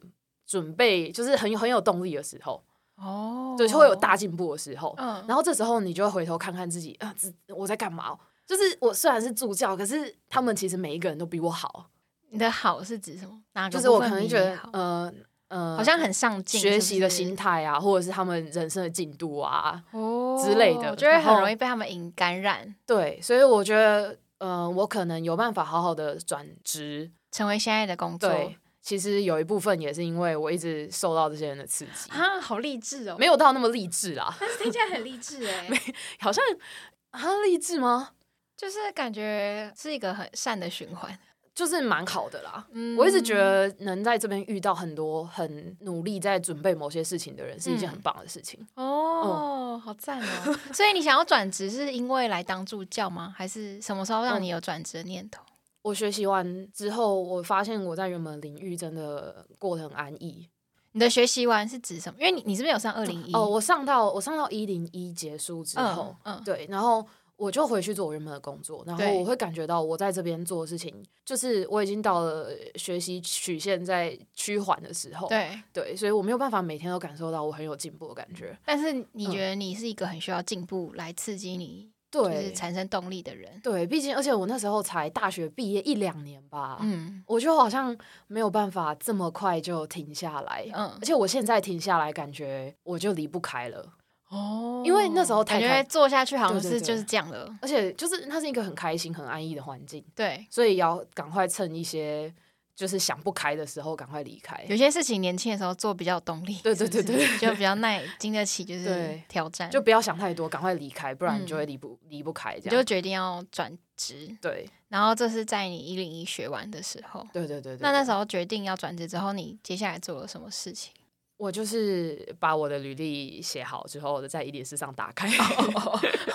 A: 准备，就是很有很有动力的时候，
B: 哦，
A: 对，就会有大，进步的时候。
B: 嗯，
A: 然后这时候你就会回头看看自己，啊、自我在干嘛哦？就是我虽然是助教，可是他们其实每一个人都比我好，
B: 你的好是指什么？哪个
A: 就是我
B: 部
A: 可
B: 分
A: 能
B: 比
A: 觉
B: 你
A: 得
B: 好，
A: 呃呃，
B: 好像很上进，
A: 学
B: 是不
A: 习的
B: 是
A: 心态啊，或者是他们人生的进度啊，
B: 哦
A: 之类的
B: 就会
A: 然
B: 很
A: 后
B: 容易被他们引感染，
A: 对，所以我觉得，呃，我可能有办法好好的转职，
B: 成为现在的工作。
A: 对，其实有一部分也是因为我一直受到这些人的刺激，
B: 啊，好励志哦！
A: 没有到那么励志啦，
B: 但是听起来很励志 哎，
A: 好像啊励志吗？
B: 就是感觉是一个很善的循环。
A: 就是蛮好的啦。
B: 嗯
A: 我一直觉得能在这边遇到很多很努力在准备某些事情的人，是一件
B: 嗯
A: 很棒的事情。嗯
B: 哦，好赞哦！所以你想要转职是因为来当助教吗？还是什么时候
A: 嗯
B: 让你有转职的念头？
A: 我学习完之后，我发现我在原本领域真的过得很安逸。
B: 你的学习完是指什么？因为你你是不是有上二零一？
A: 哦，我上到我上到一零一结束之后，
B: 嗯嗯
A: 对，然后。我就回去做我原本的工作，然后
B: 对
A: 我会感觉到我在这边做的事情，就是我已经到了学习曲线在趋缓的时候，
B: 对，
A: 对，所以我没有办法每天都感受到我很有进步的感觉，
B: 但是你
A: 嗯
B: 觉得你是一个很需要进步来刺激你，就
A: 对
B: 是，产生动力的人。
A: 对，毕竟而且我那时候才大学毕业一两年吧，
B: 嗯
A: 我就好像没有办法这么快就停下来，
B: 嗯
A: 而且我现在停下来，感觉我就离不开了，
B: 哦
A: 因为那时候太
B: 感觉
A: 开
B: 做下去好像
A: 对
B: 是
A: 对对
B: 就是这样了。
A: 而且就是它是一个很开心、很安逸的环境，
B: 对，
A: 所以要赶快趁一些就是想不开的时候赶快离开。
B: 有些事情年轻的时候做比较有动力，
A: 对对
B: 是不
A: 对对
B: 是就比较耐经得起就是
A: 对
B: 挑战，
A: 就不要想太多，赶快离开，不然你就
B: 嗯
A: 会离不离、不开这
B: 你就
A: 样。
B: 决定要转职，
A: 对
B: 然后这是在你一零一学完的时候。
A: 对对对对。
B: 那那
A: 对
B: 时候决定要转职之后，你接下来做了什么事情？
A: 我就是把我的履历写好之后，在一零四上 打开，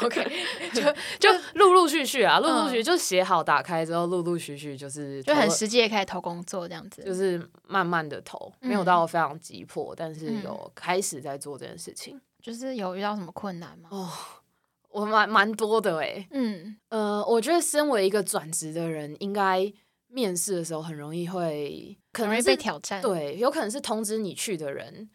B: OK，就
A: 就陆陆续续啊，陆陆续续
B: 嗯
A: 就写好打开之后，陆陆续续就是
B: 就很
A: 投了
B: 实际的开始投工作这样子。
A: 就是慢慢的投，
B: 嗯
A: 没有到非常急迫，但是
B: 嗯
A: 有开始在做这件事情。
B: 就是有遇到什么困难吗？
A: 哦，我蛮蛮多的诶、
B: 嗯，
A: 呃，我觉得身为一个转职的人，应该面试的时候很容易会，可
B: 嗯很容
A: 能
B: 易
A: 是
B: 被挑战。，
A: 对，有可能是通知你去的人。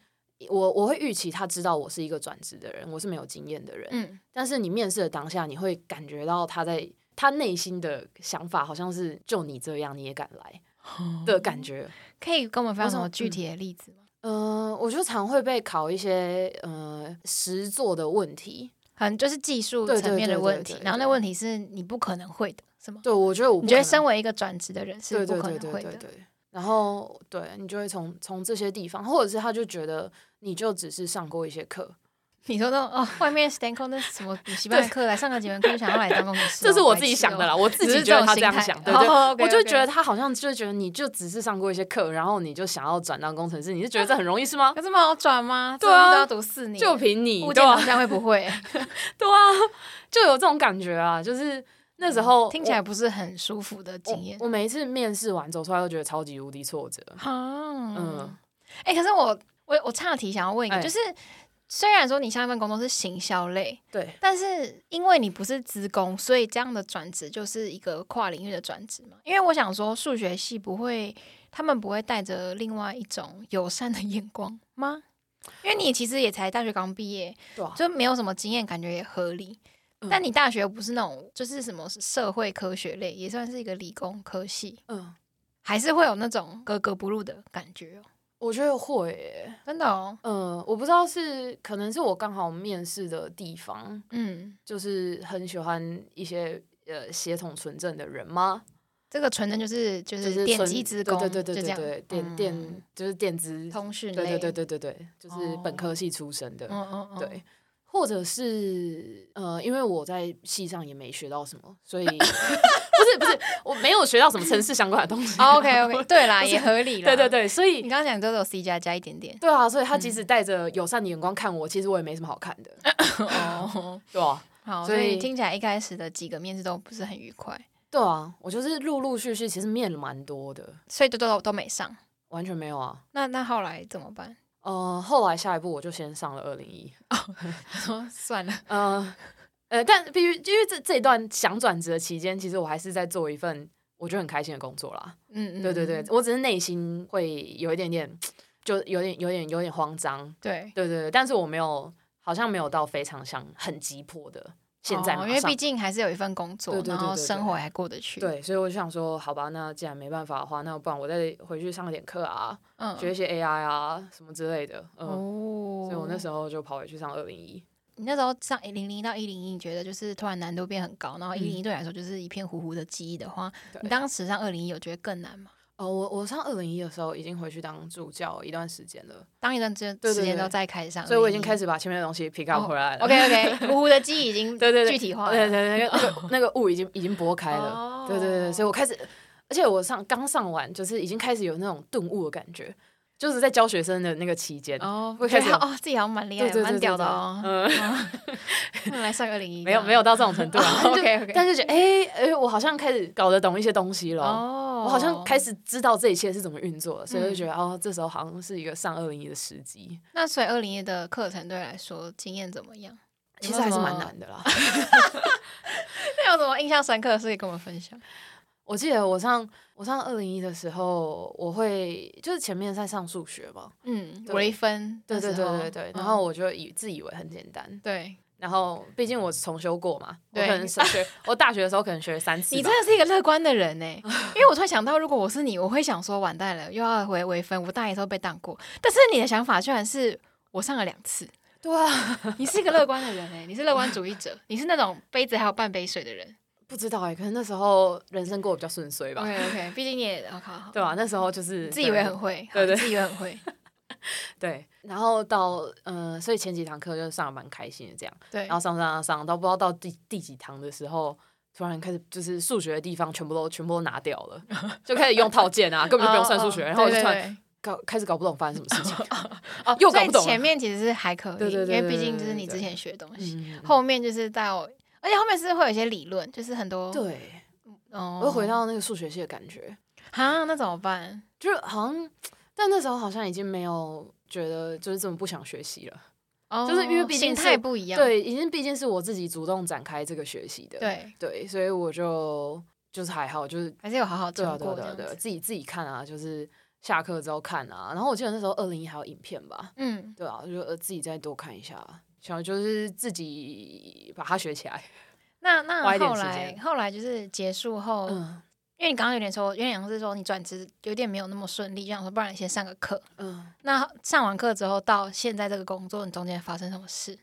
A: 我我会预期他知道我是一个转职的人，我是没有经验的人。
B: 嗯，
A: 但是你面试的当下，你会感觉到他在他内心的想法，好像是就你这样你也敢来 的感觉。
B: 可以跟我们分享什么
A: 我想
B: 具体的例子吗？
A: 嗯，我就常会被考一些呃实作的问题。
B: 可能就是技术
A: 对对
B: 层面的
A: 对对
B: 问
A: 对
B: 题，
A: 对
B: 然后那
A: 对
B: 问题是你不可能会的，是吗？
A: 对，我觉得我不
B: 你觉得
A: 可能
B: 身为一个转职的人是
A: 对对
B: 不可
A: 对
B: 能
A: 对
B: 会
A: 对
B: 的，
A: 对，然后对你就会从从这些地方，或者是他就觉得你就只是上过一些课，
B: 你说那种哦，外面 Stanco 那 什么补习班的课来上个几门课，就想要来当工程师哦，
A: 这是我
B: 白
A: 自己
B: 痴
A: 想的
B: 哦
A: 啦，，我自
B: 只
A: 己
B: 是
A: 觉
B: 这
A: 得
B: 种
A: 他
B: 心
A: 这样
B: 态
A: 想，对对。
B: 哦，OK，OK
A: 我就觉得他好像就觉得你就只是上过一些课，然后你就想要转当工程师，你是觉得这很容易是 吗？
B: 有这么好转吗？
A: 对啊
B: 这东西都要读四年，
A: 就凭你
B: 物
A: 对啊
B: 件啊好
A: 吧？
B: 像会 不会？
A: 对啊，就有这种感觉啊，就是那时候
B: 嗯听起来不是很舒服的
A: 我
B: 经验
A: 我。我每一次面试完走出来都觉得超级无敌挫折。
B: 啊，嗯
A: 嗯，
B: 哎，可是我我我岔题想要问一个，
A: 哎
B: 就是虽然说你上一份工作是行销类，
A: 对，
B: 但是因为你不是资工，所以这样的转职就是一个跨领域的转职嘛。因为我想说，数学系不会，他们不会带着另外一种友善的眼光吗？因为你其实也才大学刚毕业，
A: 对啊，
B: 就没有什么经验，感觉也合理。
A: 嗯
B: 但你大学不是那种，就是什么社会科学类，也算是一个理工科系，
A: 嗯，
B: 还是会有那种格格不入的感觉哦。
A: 我觉得会耶、
B: 真的哦，
A: 嗯，我不知道是可能是我刚好面试的地方，
B: 嗯，
A: 就是很喜欢一些呃血统纯正的人吗？
B: 这个纯正就是就
A: 就是
B: 是电
A: 纯
B: 机职工，
A: 对对对
B: 就
A: 对对
B: 这样嗯
A: 对，电电就是电资，
B: 通讯
A: 对
B: 类，哦
A: 对对对对对，就是本科系出身的，
B: 嗯嗯嗯，
A: 对。或者是呃，因为我在系上也没学到什么，所以 不是不是，我没有学到什么城市相关的东西。
B: OK OK，对哦 啦，
A: 不是
B: 也合理 啦。
A: 对对，对，所以
B: 你嗯刚刚讲都有 C 加加一点点。
A: 对啊，所以他即使带着友善的眼光看我，其实我也没什么好看 的，
B: 哦，
A: 对啊，
B: 好，
A: 所
B: 所以
A: 以
B: 听起来一开始的几个面试都不是很愉快，
A: 对啊，我就是陆陆续续其实面了蛮多的，
B: 所以都都都没上。
A: 完全没有啊。
B: 那那后来怎么 办？
A: 呃，后来下一步我就先上了二零一，
B: 说算了，
A: 呃呃，但必须因为这这一段想转职的期间，其实我还是在做一份我觉得很开心的工作啦。
B: 嗯，嗯
A: 对对对，我只是内心会有一点点，就有点有点有点慌张。
B: 对。
A: 对对对，但是我没有，好像没有到非常想很急迫的现在
B: 哦
A: 马
B: 因为
A: 上
B: 毕竟还是有一份工作
A: 对对，对
B: 然后
A: 对对
B: 生活还过得去。，
A: 对，所以我就想说，好吧，那既然没办法的话，那不然我再回去上点课啊，
B: 嗯，
A: 学一些 AI 啊什么之类的。嗯，
B: 哦，
A: 所以我那时
B: 候，
A: 候就跑回去上二零一。
B: 你那时候上零零到一零一，你觉得就是突然难度变很高，然后一零一对你来说就是一片糊糊的记忆的话，
A: 嗯对
B: 你当时上二零一有觉得更难吗？
A: 哦，我我上二零一的时候已经回去当助教一段时间了，
B: 当一段时
A: 对对
B: 时间
A: 对
B: 都在开始上201，
A: 所以我已经开始把前面的东西 pick up
B: 哦
A: 回来了。
B: OK OK，糊糊的记忆已 经
A: 对对对
B: 具体化了，
A: 对对对，那 个那个雾已经已经拨开了。
B: 哦
A: 对对对，所以我开始，而且我上刚上完，就是已经开始有那种顿悟的感觉，就是在教学生的那个期间。
B: 哦，
A: 会
B: 我
A: 开
B: 觉
A: 始
B: 得哦自己好 像蛮厉
A: 对对
B: 害
A: 对
B: 的，蛮
A: 对
B: 屌
A: 对
B: 的哦。
A: 嗯，
B: 嗯哦来上二 零一，。
A: 没有没有到这种程度啊
B: OK，OK
A: 但是就但是觉得哎哎、我好像开始搞得懂一些东西了。
B: 哦，
A: 我好像开
B: 始。
A: 始知道这一切是怎么运作的，所以就觉得、
B: 嗯
A: 哦，这时候好像是一个上二零一的时机，
B: 那所以二零一的课程对你来说经验怎么样？有
A: 其
B: 没
A: 实
B: 有
A: 还是
B: 什么
A: 蛮。难的啦。
B: 那有什么印象深刻的事可以跟我们分享？
A: 我记得我上我上二零一的时候，我会就是前面在上数学嘛，
B: 嗯，
A: 对
B: 微分
A: 对
B: 那时
A: 对
B: 候，
A: 对对对，然
B: 嗯
A: 后我就以自以为很简单，
B: 对，
A: 然后毕竟我重修过嘛，我
B: 对
A: 可能小学我大学的时候可能学了三次吧，
B: 你真的是一个乐观的人呢，欸 因为我突然想到，如果我是你，我会想说完蛋了，又要回微分。我大一的时候被当过，但是你的想法居然是我上了两 次，
A: 对啊，
B: 你是一个乐观的人哎、你是乐观主义 者，你是那种杯子还有半杯水的 人。
A: 不知道哎、可能那时候人生过得比较顺遂吧，
B: OK OK，毕竟你也好哦好好，
A: 对吧、啊那时候就是
B: 自以为很会，
A: 对对
B: 好自以为很会，
A: 对，然后到嗯、呃所以前几堂课就上的蛮开心的这样。
B: 对
A: 然后上上上上到不知道到第第几堂的时候，突然开始就是数学的地方全部都全部都拿掉了， 就开始用套件啊，根本就不用算数学，
B: 哦哦
A: 然后我就
B: 对
A: 突
B: 对
A: 然搞开始搞不懂发生什么事 情。
B: 对哦
A: 又搞不
B: 所以
A: 懂了
B: 前面其实是还可以，
A: 对对对
B: 因为毕
A: 对对
B: 竟就是
A: 对
B: 你
A: 对
B: 之前学的东西，
A: 嗯，
B: 后面就是到，而且后面是会有一些理论，就是很多，
A: 对，
B: 哦
A: 我又回到那个数学系的感觉，
B: 啊，那怎么办？
A: 就是好像，但那时候好像已经没有觉得就是这么不想学习了，
B: 哦，
A: 就是因为毕竟
B: 心
A: 是
B: 态不一样，
A: 对，已经毕竟是我自己主动展开这个学习的，
B: 对，
A: 对，所以我就就是还好，就是
B: 还是有好好
A: 对
B: 撑
A: 啊，对啊
B: 过
A: 对
B: 这
A: 啊
B: 样
A: 对啊，
B: 子，
A: 自己自己看啊，就是下课之后看啊。然后我记得那时候二零一还有影片吧，
B: 嗯，
A: 对啊，就呃自己再多看一下，想就是自己把它学起来。
B: 那那
A: 花一点
B: 后
A: 时
B: 来
A: 间
B: 后来就是结束后，
A: 嗯
B: 因为你刚刚有点说，有点像是说你转职有点没有那么顺利，就想说不然你先上个课。
A: 嗯
B: 那上完课之后到现在这个工作，你中间发生什么事？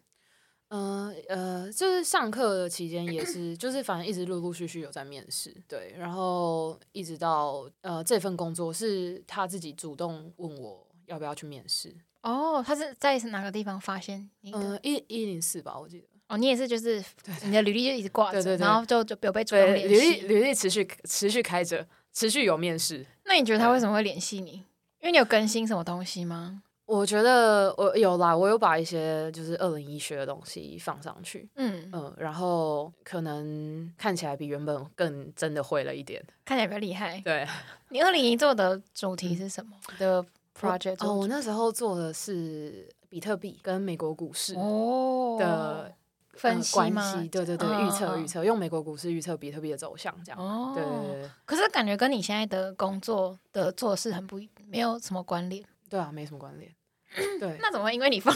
A: 嗯呃，就是上课的期间也是，就是反正一直陆陆续续有在面试，对，然后一直到呃这份工作是他自己主动问我要不要去面试，
B: 哦，他是在哪个地方发现你的？
A: 嗯一一零四吧，我记得。
B: 哦，你也是，就是你的履历就一直挂着，
A: 对对对
B: 然后就就有被主动
A: 对，
B: 联
A: 履历
B: 系。
A: 履历持续持续开着，持续有面试。
B: 那你觉
A: 嗯
B: 得他为什么会联系你？因为你有更新什么东西吗？
A: 我觉得我有啦，我有把一些就是二零一学的东西放上去，
B: 嗯，
A: 嗯，然后可能看起来比原本更真的会了一点。
B: 看起来比较厉害。
A: 对，嗯
B: 你二零一做的主题是什么？你的 project
A: 哦，
B: 做
A: 我
B: 的
A: 那时候做的是比特币跟美国股市
B: 哦
A: 的
B: 分
A: 呃
B: 析
A: 关
B: 吗
A: 系，对对对，
B: 嗯
A: 预测
B: 嗯
A: 预测，用美国股市预测比特币的走向，这样。
B: 哦，
A: 对对对对
B: 可是感觉跟你现在的工作的做事很不一没有什么关联。
A: 对啊，没什么关 联。对，
B: 那怎么会因为你放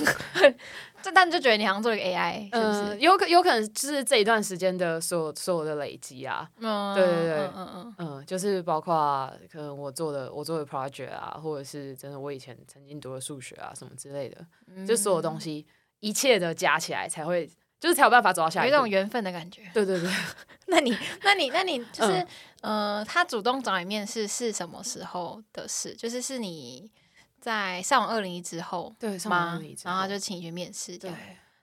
B: 这，但就觉得你好像做一个 AI 是不
A: 呃，
B: 是？
A: 有可有可能就是这一段时间的所有所有的累积啊，
B: 嗯，
A: 对对对
B: 嗯嗯嗯。
A: 嗯，就是包括可能我做的我做的 project 啊，或者是真的我以前曾经读的数学啊什么之类的，
B: 嗯
A: 就所有东西一切的加起来才会，就是才有办法走到下
B: 嗯有
A: 一
B: 一
A: 步。
B: 种缘分的感 觉。
A: 对对对，
B: 那你，那你，那你
A: 嗯
B: 就是，呃，他主动找你面试是什么时候的事？就是是你在上完二零一之后
A: 对上完
B: 吗
A: 2021？之
B: 然后他
A: 后
B: 就请你去面试，
A: 嗯对。。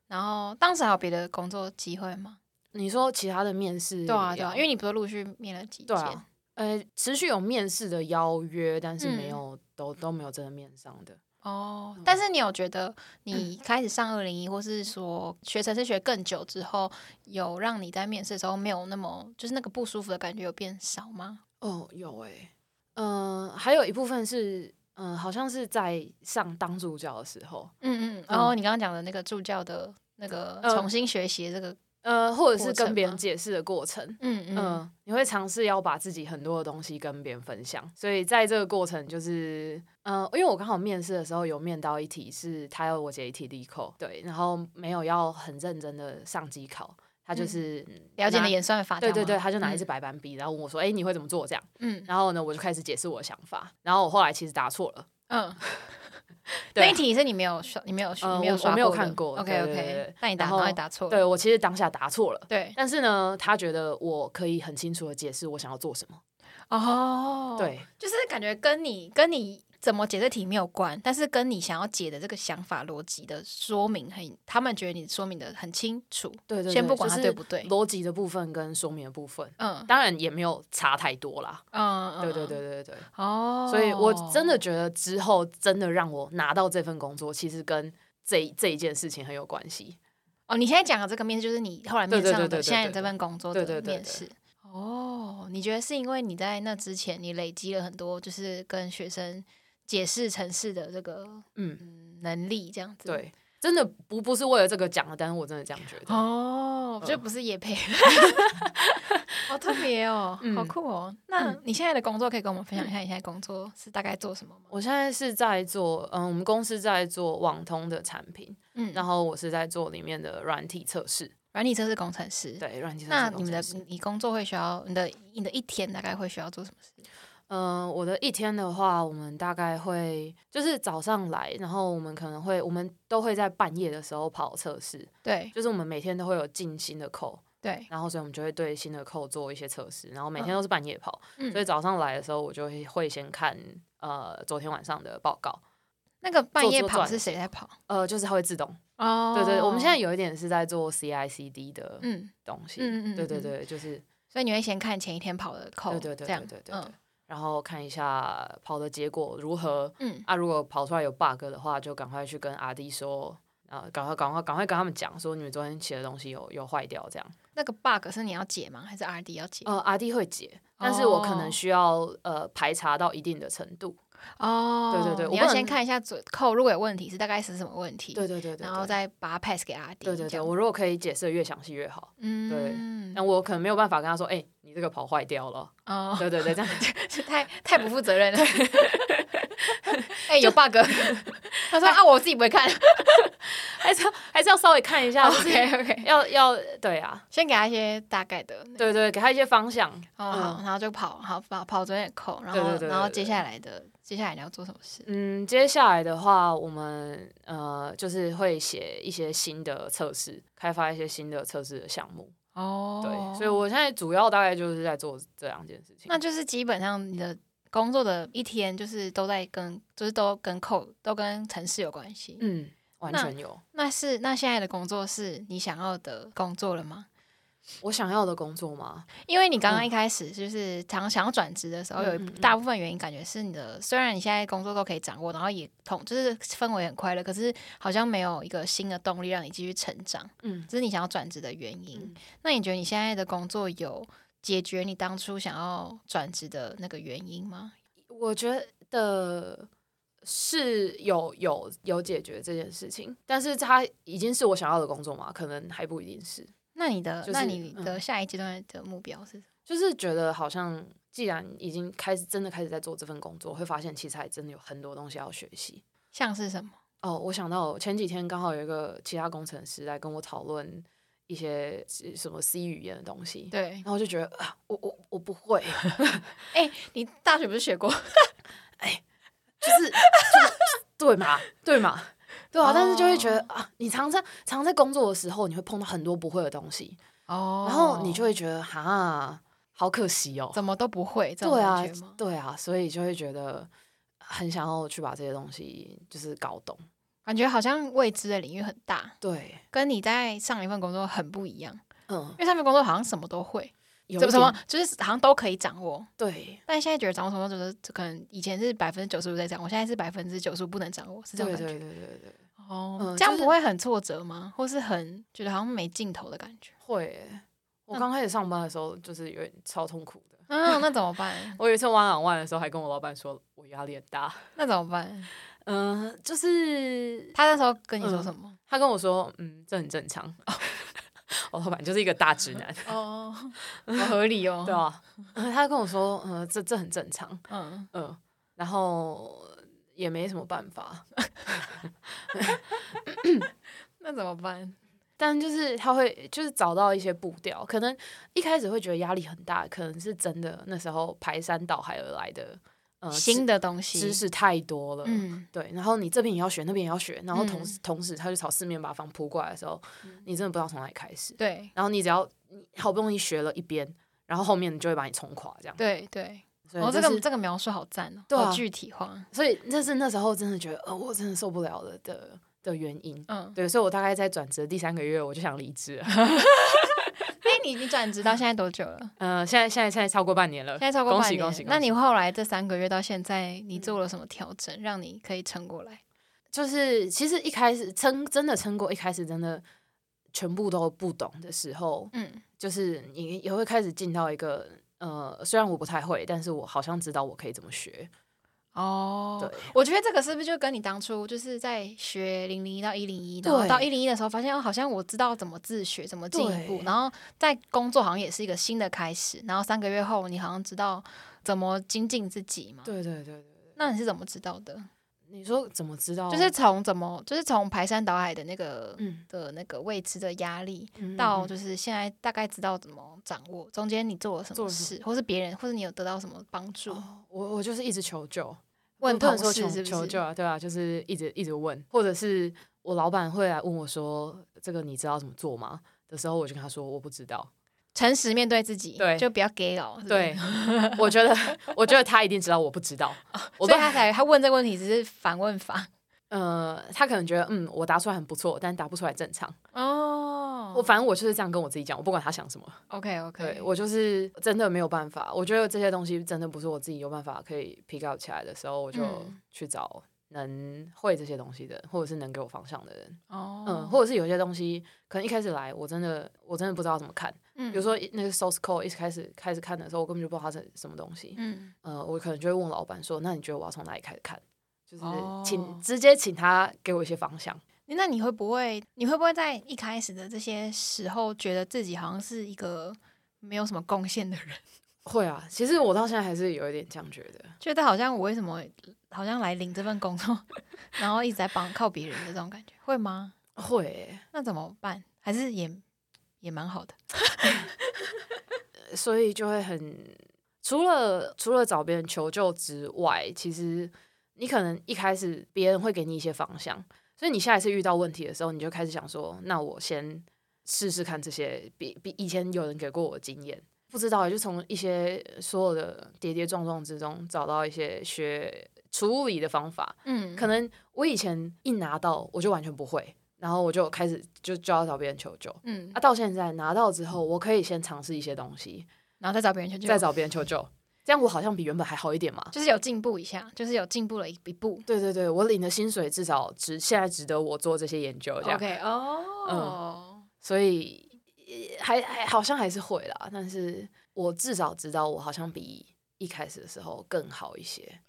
B: 然后当时还有别的工作机会吗？
A: 你说其他的面试
B: 对啊，对啊，
A: 要
B: 因为你不是陆续面了几
A: 对
B: 间，
A: 啊呃持续有面试的邀约，但是没
B: 嗯
A: 有、都都没有真的面上的。
B: 哦，
A: 嗯
B: 但是你有觉得你开始上二零一，或是说学程式学更久之后，有让你在面试的时候没有那么就是那个不舒服的感觉有变少吗？
A: 哦，有诶、嗯、还有一部分是嗯、呃好像是在上当助教的时候，
B: 嗯嗯，
A: 嗯
B: 然后你刚刚讲的那个助教的那个
A: 呃
B: 重新学习的这个，
A: 呃，或者
B: 过
A: 是
B: 程
A: 跟别人
B: 吗
A: 解释的过程。
B: 嗯嗯，
A: 嗯，你会尝试要把自己很多的东西跟别人分享，所以在这个过程就是，嗯、因为我刚好面试的时候有面到一题是他要我解一题力扣，对，然后没有要很认真的上机考，他就是、
B: 了解
A: 拿
B: 你的演算法，
A: 对对
B: 嗯啊这
A: 对，
B: 样吗
A: 他就拿一支，白板笔，然后问我说：“哎、你会怎么做？”这样，
B: 嗯
A: 然后呢，我就开始解释我的想法，然后我后来其实答错了，
B: 嗯，
A: 对啊
B: 那一题是你没有刷，你没有
A: 呃
B: 刷，没有
A: 我
B: 刷
A: 我
B: 过的，
A: 没有看过对对
B: ，OK
A: 对对
B: OK，那你答
A: 然后
B: 然后你答错了，
A: 对我其实当下答错了，
B: 对，
A: 但是呢，他觉得我可以很清楚的解释我想要做什么，
B: 哦，
A: 对，
B: 就是感觉跟你跟你怎么解这题没有关，但是跟你想要解的这个想法逻辑的说明很，他们觉得你说明的很清楚。
A: 对对，
B: 先
A: 对
B: 不管
A: 就
B: 它
A: 是
B: 对不对
A: 逻辑的部分跟说明的部分，
B: 嗯
A: 当然也没有差太多啦。
B: 嗯，嗯
A: 对对，对对对，
B: 哦，
A: 所以我真的觉得之后真的让我拿到这份工作，其实跟这这一件事情很有关系。
B: 哦，你现在讲的这个面试就是你后来
A: 对
B: 面
A: 对
B: 上
A: 对
B: 的
A: 对
B: 现在
A: 对
B: 你这份工作
A: 对对
B: 的
A: 对
B: 面
A: 对
B: 试。哦，你觉得是因为你在那之前你累积了很多，就是跟学生解释城市的这个
A: 嗯，
B: 嗯能力这样子。。
A: 对，真的不不是为了这个讲的，但是我真的这样觉得。
B: 哦，就
A: 嗯
B: 不是 叶配，好特别哦，好
A: 嗯
B: 酷哦。那你现在的工作可以跟我们分享一下，你现在工作是大概做什么吗？
A: 我现在是在做，嗯，我们公司在做网通的产品，
B: 嗯，
A: 然后我是在做里面的软体测试，
B: 软体车是工程师。。
A: 对，软体测试。
B: 那你们的你工作会需要你的你的一天大概会需要做什么事？
A: 嗯、我的一天的话，我们大概会就是早上来，然后我们可能会，我们都会在半夜的时候跑测试，
B: 对
A: 就是我们每天都会有进新的扣，
B: 对，
A: 然后所以我们就会对新的扣做一些测试，然后每天
B: 嗯
A: 都是半夜跑，
B: 嗯
A: 所以早上来的时候，我就会会先看呃昨天晚上的报告，
B: 那个半
A: 做
B: 夜
A: 做
B: 跑
A: 转
B: 是谁在跑？
A: 呃，就是它会自动，
B: 哦
A: 对对，我们现在有一点是在做 CICD 的
B: 嗯，
A: 东西，
B: 嗯嗯嗯
A: 对对
B: 嗯
A: 对，就是
B: 所以你会先看前一天跑的扣，
A: 对对对
B: 这样
A: 对对对
B: 嗯
A: 对然后看一下跑的结果如何。
B: 嗯
A: 啊，如果跑出来有 bug 的话，就赶快去跟阿弟说，啊，赶快赶快赶快跟他们讲说你们昨天写的东西有有坏掉这样。
B: 那个 bug 是你要解吗？还是 RD 要解？
A: 呃，阿弟会解，但是我可能
B: 哦
A: 需要呃排查到一定的程度。
B: 哦，
A: 对对对
B: 你
A: 我
B: 要
A: 不
B: 先
A: 能
B: 看一下左扣，如果有问题是大概是什么问题，
A: 对对对对，
B: 然后
A: 对
B: 再把它 pass 给阿迪，
A: 对对
B: 这
A: 对，
B: 样
A: 我如果可以解释的越详细越好。
B: 嗯，
A: 那我可能没有办法跟他说，哎、你这个跑坏掉了。
B: 哦，
A: 对对对， 这样
B: 太太不负责任了。 哎、有 bug，他 说啊，我自己不会看。
A: 还是要还是要稍微看一下，就是
B: OK OK，
A: 要要对啊，
B: 先给他一些大概的，
A: 对
B: 对，
A: 对，给他一些方向。
B: 哦好，然后就跑，好跑跑准点扣，然
A: 嗯
B: 后
A: 对对对对
B: 然后
A: 对
B: 接下来的接下来你要做什么事？
A: 嗯，接下来的话，我们呃就是会写一些新的测试，开发一些新的测试的项目。
B: 哦
A: 对，所以我现在主要大概就是在做这两件事情。
B: 那就是基本上你的工作的一天就是都在跟就是都跟扣都跟城市有关系。
A: 嗯，完
B: 那
A: 全有
B: 那是那现在的工作是你想要的工作了吗？
A: 我想要的工作吗？
B: 因为你刚刚
A: 嗯
B: 一开始就是常想要转职的时候，
A: 嗯
B: 有一
A: 嗯嗯
B: 大部分原因感觉是你的，虽然你现在工作都可以掌握，然后也同就是氛围很快乐，可是好像没有一个新的动力让你继续成长，
A: 嗯
B: 这是你想要转职的原因。
A: 嗯
B: 那你觉得你现在的工作有解决你当初想要转职的那个原因吗？
A: 我觉得是有有有解决这件事情，但是它已经是我想要的工作嘛？可能还不一定是，
B: 那你的、
A: 就是嗯
B: 那你的下一阶段的目标是什么？
A: 就是觉得好像既然已经开始真的开始在做这份工作，会发现其实还真的有很多东西要学习。
B: 像是什么？
A: 哦，我想到前几天刚好有一个其他工程师来跟我讨论一些呃什么 C 语言的东西，
B: 对
A: 然，后我就觉得啊，我我我不会，
B: 哎、你大学不是学过？
A: 就是就是对嘛对嘛对啊，但是就会觉得
B: 哦
A: 啊，你常在常在工作的时候，你会碰到很多不会的东西，
B: 哦
A: 然后你就会觉得哈，好可惜哦，
B: 怎么都不会，这种
A: 对啊
B: 感觉吗？
A: 对啊，所以就会觉得很想要去把这些东西就是搞懂，
B: 感觉好像未知的领域很大，
A: 对，
B: 跟你在上一份工作很不一样。
A: 嗯
B: 因，为上一份工作好像什么都会，
A: 有
B: 怎么
A: 一
B: 什么
A: 点
B: 就是好像都可以掌握，
A: 对。
B: 但现在觉得掌握什么就是可能以前是百分之九十五在掌握，现在是百分之九十五不能掌握，是这
A: 对
B: 种
A: 对
B: 感觉。
A: 对对对，
B: 哦，
A: 嗯
B: 这样
A: 就是
B: 不会很挫折吗？或是很觉得好像没尽头的感 觉？
A: 会欸。我刚开始上班的时候，就是有点超痛苦的。
B: 嗯，那怎么办？
A: 我有一次 one on one 的时候，还跟我老板说我压力很大。
B: 那怎么办？
A: 嗯、就是
B: 他那时候跟你说什么？
A: 他跟我说，嗯，这很正常。 我老板就是一个大直男，
B: 哦，好合理哦。
A: 对啊。嗯他跟我说，嗯、这这很正常，
B: 嗯，
A: 嗯、然后也没什么办法。
B: 那怎么办？
A: 但就是他会就是找到一些步调，可能一开始会觉得压力很大，可能是真的那时候排山倒海而来的，呃，
B: 新的东
A: 知
B: 西，
A: 知识太多了，
B: 嗯，
A: 对，然后你这边也要学，那边也要学，然后同
B: 嗯
A: 时、同时他就朝四面八方扑过来的时候，你真的不知道从哪里开始。
B: 对
A: 然后你只要你好不容易学了一边，然后后面你就会把你冲垮这样。
B: 对对。
A: 所以、
B: 哦，
A: 就
B: 这
A: 是
B: 个这个描述好赞哦，
A: 对啊
B: 好具体化。
A: 所以那是那时候真的觉得，呃，我真的受不了了的的原因。
B: 嗯，
A: 对，所以我大概在转职的第三个月，我就想离职了。
B: 哎，你你转职到现在多久 了？
A: 呃，现在现在现在超过半年了，
B: 现在超过
A: 恭
B: 半
A: 喜
B: 年。
A: 恭喜！
B: 那
A: 恭喜
B: 你后来这三个月到现在，你做了什么调整，让你可以撑过来？
A: 就是其实一开始撑真的撑过，一开始真的全部都不懂的时候，
B: 嗯，
A: 就是你也会开始进到一个呃，虽然我不太会，但是我好像知道我可以怎么学。
B: 哦
A: 对，
B: 我觉得这个是不是就跟你当初就是在学零零一到一零一，然后
A: 对
B: 到一零一的时候，发现哦，好像我知道怎么自学，怎么进一步
A: 对，
B: 然后在工作好像也是一个新的开始，然后三个月后你好像知道怎么精进自己嘛。
A: 对对对对，
B: 那你是怎么知道的？
A: 你说怎么知道？
B: 就是从怎么，就是从排山倒海的那个、
A: 哦嗯，
B: 的那个未知的压力，
A: 嗯
B: 到
A: 嗯
B: 就是现在大概知道怎么掌握，中间你做了什
A: 做
B: 么
A: 了什
B: 事，或是别人，或是你有得到什么帮助，
A: 哦我我就是一直求救，
B: 问
A: 我不能
B: 同
A: 说
B: 事
A: 求
B: 是不
A: 求
B: 是？
A: 救啊，对啊，就是一直一直问，或者是我老板会来问我说这个你知道怎么做吗？的时候，我就跟他说我不知道。
B: 诚实面对自己，
A: 对
B: 就不要 gay 佬，是不是
A: 对，我觉得 我觉得他一定知道我不知道。我
B: 哦所
A: 都
B: 以他才他问这个问题只是反问法
A: 呃，他可能觉得嗯，我答出来很不错，但答不出来正常。
B: 哦
A: 我反正我就是这样跟我自己讲，我不管他想什么。
B: OK
A: 对
B: OK，
A: 我就是真的没有办法，我觉得这些东西真的不是我自己有办法可以 pick up 起来的时候，我就
B: 嗯
A: 去找能会这些东西的人，或者是能给我方向的人。
B: 哦
A: 嗯，或者是有些东西可能一开始来，我真的我真的不知道怎么看。
B: 嗯
A: 比如说一那个 source code 一开始开始看的时候，我根本就不知道它是什么东西。
B: 嗯
A: 呃，我可能就会问老板说：“那你觉得我要从哪里开始看？”就是
B: 哦
A: 请、直接请他给我一些方向。
B: 那你会不会你会不会在一开始的这些时候觉得自己好像是一个没有什么贡献的人，
A: 会啊，其实我到现在还是有一点这样觉得。
B: 觉得好像我为什么好像来领这份工作， 然后一直在帮靠别人的这种感觉，会吗？
A: 会欸、
B: 那怎么办？还是也也蛮好的，
A: 所以就会很除了除了找别人求救之外，其实你可能一开始别人会给你一些方向，所以你下一次遇到问题的时候，你就开始想说，那我先试试看这些比比以前有人给过我的经验，不知道也就从一些所有的跌跌撞撞之中找到一些学处理的方法。
B: 嗯
A: 可能我以前一拿到我就完全不会，然后我就开始就就要找别人求救。
B: 嗯
A: 啊，，到现在拿到之后，我可以先尝试一些东西，
B: 然后再找别人求救，
A: 再找别人求救，这样我好像比原本还好一点嘛。
B: 就是有进步一下，就是有进步了一一步，
A: 对对对，我领的薪水至少值现在值得我做这些研究，这样
B: OK，哦，
A: 所以呃还还好像还是会啦，但是我至少知道我好像比一开始的时候更好一些。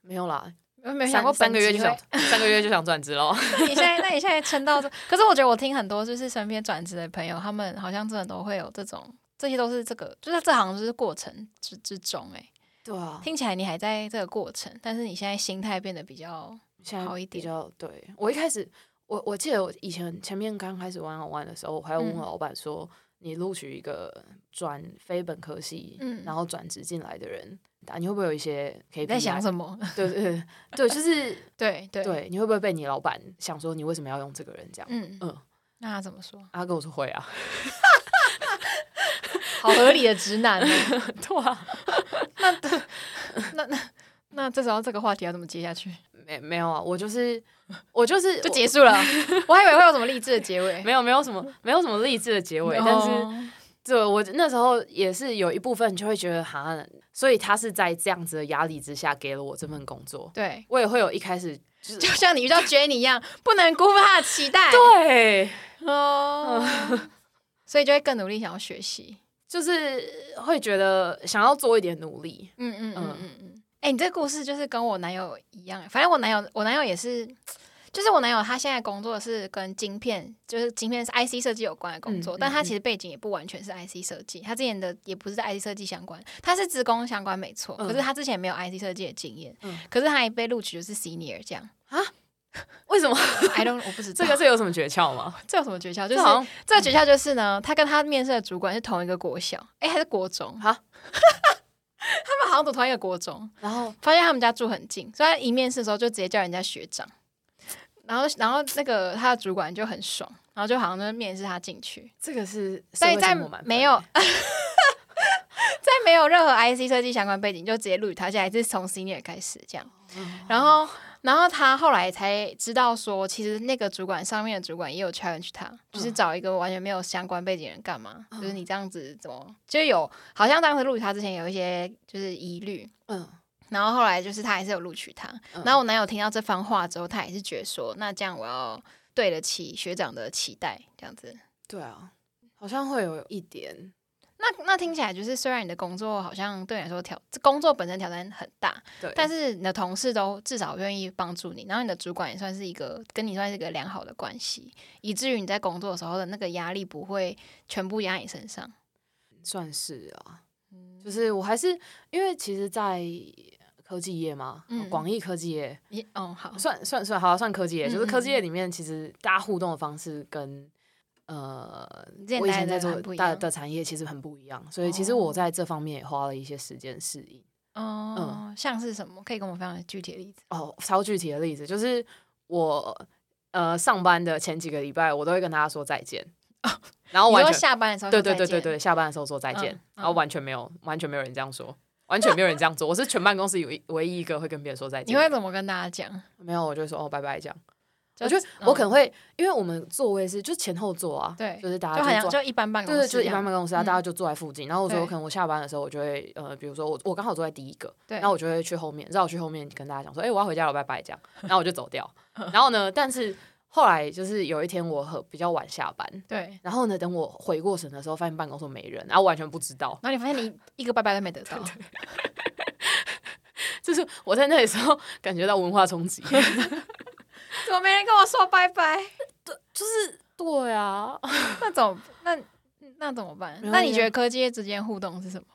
A: 没有啦，
B: 嗯，我没有想
A: 三
B: 过
A: 三个
B: 本
A: 月
B: 集
A: 就想
B: 会
A: 三个月就想转职 喽。
B: 那你现在，那你现在撑到这，可是我觉得我听很多就是身边转职的朋友，他们好像真的都会有这种，这些都是这个，就是这好像就是过程之之中、欸，
A: 对啊，
B: 听起来你还在这个过程，但是你现在心态变得比较，
A: 现在
B: 好一
A: 比
B: 点
A: 较对我一开始，我我记得我以前前面刚开始玩好玩的时候，我还有问
B: 嗯
A: 我老板说，你录取一个转非本科系，
B: 嗯
A: 然后转职进来的人，啊，你会不会有一些可以
B: 你在想 什么？
A: 么？对对对对，就是
B: 对对，
A: 对，你会不会被你老板想说你为什么要用这个人这样？
B: 嗯
A: 嗯
B: 那他怎么说？
A: 他跟我说会啊，
B: 好合理的直男、哦
A: 对 啊，
B: 那那那这时候这个话题要怎么接下去？
A: 没没有啊，我就是我就是我
B: 就结束了，我还以为会有什么励志的结尾，
A: 没有没有什么没有什么励志的结尾，但是。
B: 哦
A: 对我那时候也是有一部分就会觉得哈，所以他是在这样子的压力之下给了我这份工作，
B: 对，
A: 我也会有一开始就是
B: 就像你遇到 Jenny 一样，不能辜负他的期待。
A: 对，
B: 哦， 所以就会更努力想要学习。
A: 就是会觉得想要做一点努力，
B: 嗯嗯
A: 嗯
B: 嗯嗯嗯。哎、你这个故事就是跟我男友一样，欸反正我男友我男友也是，就是我男友他现在工作是跟晶片，就是晶片是 IC 设计有关的工作，
A: 嗯嗯
B: 但他其实背景也不完全是 IC 设计，他之前的也不是 IC 设计相关，他是职工相关没错，
A: 嗯
B: 可是他之前没有 IC 设计的经验，
A: 嗯
B: 可是他也被录取就是 senior 这样
A: 为什么？
B: ，I don't 我不 知道
A: 这个是有什么诀窍 吗？
B: 这有什么诀窍，
A: 就
B: 就
A: 是好像
B: 这个诀窍就是呢，他跟他面试的主管是同一个国小，哎、还是国中
A: 哈
B: 他们好像读同一个国中，
A: 然后
B: 发现他们家住很近，所以他一面试的时候就直接叫人家学长，然后然后那个他的主管就很爽，然后就好像在面试他进去，
A: 这个是。
B: 所以在没有 在没有任何 IC 设计相关背景，就直接录取他，而且还是从 senior 开始这样。然后，然后他后来才知道说，其实那个主管上面的主管也有 challenge 他，就是找一个完全没有相关背景的人干嘛？就是你这样子怎么就有？好像当时录取他之前有一些就是疑虑，
A: 嗯
B: 然后后来就是他还是有录取他。
A: 嗯
B: 然后我男友听到这番话之后，他也是觉得说，那这样我要对得起学长的期待，这样子。
A: 对啊，好像会有一点
B: 那那听起来就是，虽然你的工作好像对你来说挑工作本身挑战很大，
A: 对，
B: 但是你的同事都至少愿意帮助你，然后你的主管也算是一个跟你算是一个良好的关系，以至于你在工作的时候的那个压力不会全部压你身上。嗯
A: 算是啊，就是我还是因为其实，在科技业嘛
B: 嗯，
A: 广义科技业。
B: 你哦好，
A: 算算算，好、算科技业，
B: 嗯
A: 就是科技
B: 嗯
A: 业里面，其实大家互动的方式跟呃，
B: 你之前
A: 我以
B: 待
A: 前在
B: 的
A: 做
B: 很不一
A: 大
B: 样
A: 的产业其实很不一样，所以其实我在这方面也花了一些时间适应。
B: 哦、
A: 嗯
B: 像是什么可以跟我们分享具体的例子？
A: 哦，超具体的例子就是我呃上班的前几个礼拜，我都会跟大家说再见，然后哦
B: 哦你
A: 完
B: 说
A: 全
B: 下班的时候
A: 对
B: 说
A: 对
B: 再
A: 对对
B: 见，
A: 对，下班的时候说再见，
B: 嗯
A: 然后完全没有完全没有人这样说。完全没有人这样做，我是全办公室唯一唯一一个会跟别人说再见
B: 你
A: 的。
B: 会怎么跟大家讲？
A: 没有，我就会说哦，拜拜这样。
B: 就
A: 我觉得我可
B: 嗯
A: 能会，因因为我们座位是就前后座啊，
B: 对
A: 就是大
B: 就好
A: 家
B: 像
A: 坐。
B: 就一般办公
A: 对对，
B: 室这
A: 就
B: 样，
A: 是一般办公室啊，
B: 嗯
A: 大家就坐在附近。然后我说，
B: 对
A: 我可能我下班的时候，我就会呃，比如说我我刚好坐在第一个，
B: 对
A: 然后我就会去后面，绕去后面跟大家讲说，哎、我要回家了，拜拜这样。然后我就走 掉。
B: 嗯
A: 然后呢，但是后来就是有一天我很比较晚下班，
B: 对。
A: 然后呢，等我回过神的时候，发现办公室没人，然后完全不知道。
B: 然后你发现你一个拜拜都没得到，
A: 就是我在那里的时候感觉到文化冲 击，
B: 怎么没人跟我说拜拜？
A: 就是对啊，
B: 那怎么那那怎么办？
A: 没关系啊
B: 那你觉得科技业之间互动是什么？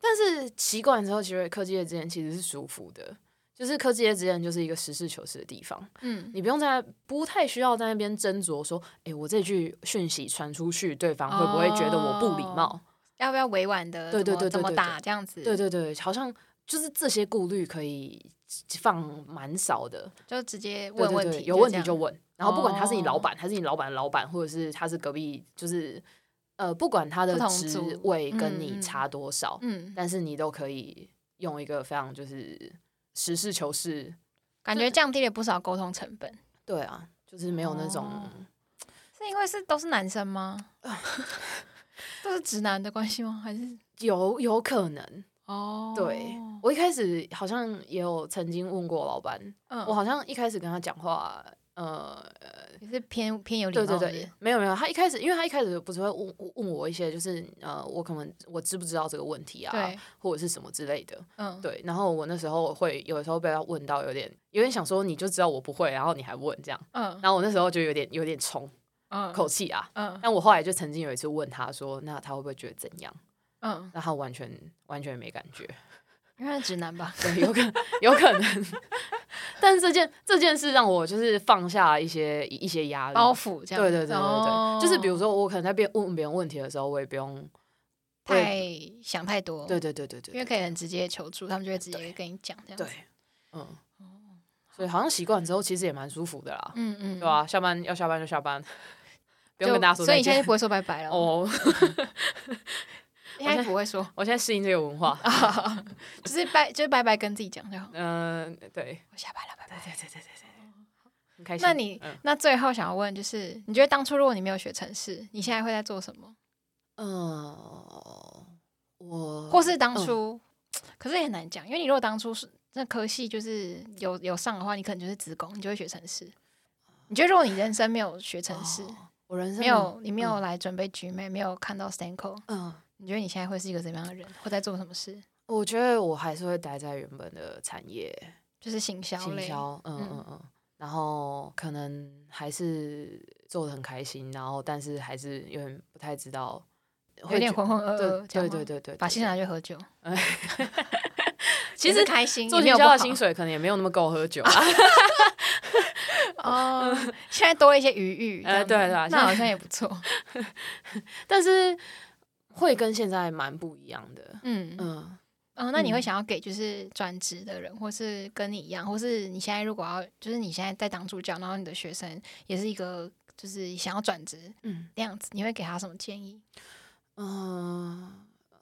A: 但是习惯之后，其实科技业之间其实是舒服的，就是科技业之间就是一个实事求是的地方，
B: 嗯，
A: 你不用在不太需要在那边斟酌说，诶、我这句讯息传出去，对方会不会觉得我不礼
B: 哦
A: 貌？
B: 要不要委婉的
A: 对对对对
B: 怎么
A: 对对
B: 怎么打这样子？
A: 对对对，好像就是这些顾虑可以放蛮少的，
B: 就直接
A: 对
B: 问
A: 对
B: 问
A: 对，
B: 题，
A: 有问题
B: 这
A: 就
B: 样。
A: 问，然后不管他是你老
B: 哦
A: 板，还是你老板的老板，或者是他是隔壁，就是呃，不管他的
B: 不同
A: 职
B: 组
A: 位跟
B: 嗯
A: 你
B: 嗯
A: 差多少，
B: 嗯，
A: 但是你都可以用一个非常就是实事求是，
B: 感觉降低了不少沟通成本。
A: 对啊，就是没有那种、
B: 哦是因为是都是男 生吗？都是直男的关系吗？还是
A: 有有可能。
B: 哦？
A: 对我一开始好像也有曾经问过老板，
B: 嗯，
A: 我好像一开始跟他讲话呃，
B: 也是偏偏有礼
A: 对
B: 貌
A: 对
B: 的。
A: 对，没有没有，他一开始，因为他一开始不是会问问我一些，就是呃，我可能我知不知道这个问题啊
B: 对，
A: 或者是什么之类的，
B: 嗯，
A: 对。然后我那时候会有时候被他问到有点有点想说，你就知道我不会，然后你还问这样，
B: 嗯
A: 然后我那时候就有点有点冲
B: 嗯
A: 口气啊。
B: 嗯
A: 但我后来就曾经有一次问他说，那他会不会觉得怎样？
B: 嗯，
A: 那他完全完全没感觉，
B: 应该是直男吧？
A: 对，有可有可能。 但是这件这件事让我就是放下一些一些压力，
B: 包袱这样
A: 对对
B: 子。
A: 对对对，
B: 哦
A: 就是比如说我可能在别问别人问题的时候，我也不用，我也
B: 太想太多，
A: 对对对对
B: 哦因
A: 对，
B: 为可以很直接求助，他们就会直接跟你讲这样子。哦
A: 对，嗯，所以好像习惯之后，其实也蛮舒服的啦，
B: 嗯嗯，
A: 对吧、下班要下班就下班， 不
B: 就？
A: 用跟大家说
B: 所以
A: 再
B: 你现在
A: 见
B: 就。不会说 拜拜了。
A: 哦，
B: 哦，现在不会说，
A: 我现在适应这个文化，
B: 就是拜，就是拜拜跟自己讲就好。
A: 嗯， 对，
B: 我下班了，拜拜。
A: 对对对对对，很开心。
B: 那你
A: 嗯
B: 那最后想要问，就是你觉得当初如果你没有学城市，你现在会在做什么？
A: 呃，我
B: 或是
A: 嗯
B: 当初，可是也很难讲，因为你如果当初是那科系就是有有上的话，你可能就是职工，你就会学城市。你觉得如果你人生没有学城市，
A: 哦我人生
B: 没有你没有
A: 嗯
B: 来准备局妹，没有看到 Stanco，
A: 嗯。
B: 你觉得你现在会是一个怎么样的人？会在做什么事？
A: 我觉得我还是会待在原本的产业，
B: 就是行销
A: 行
B: 类。
A: 销，嗯
B: 嗯
A: 嗯嗯，然后可能还是做的很开心，然后但是还是有点不太知道，
B: 有点
A: 觉
B: 浑浑噩
A: 对
B: 噩，这
A: 对
B: 样吗
A: 对对对，
B: 把
A: 对
B: 薪水拿去喝酒。
A: 其
B: 也是
A: 实
B: 开心，
A: 做
B: 也没
A: 行
B: 有不
A: 销
B: 好
A: 的薪 水可能也没有那么够喝酒啊，
B: 哦， 现在多了一些余裕。
A: 呃
B: 这样子
A: 对啊对啊
B: 那好像也不错。
A: 但是会跟现在蛮不一样的，
B: 嗯嗯，
A: 嗯
B: 哦，那你会
A: 嗯
B: 想要给就是转职的人，或是跟你一样，或是你现在如果要，就是你现在在当助教，然后你的学生也是一个就是想要转职
A: 嗯
B: 那样子，你会给他什么建议？
A: 嗯，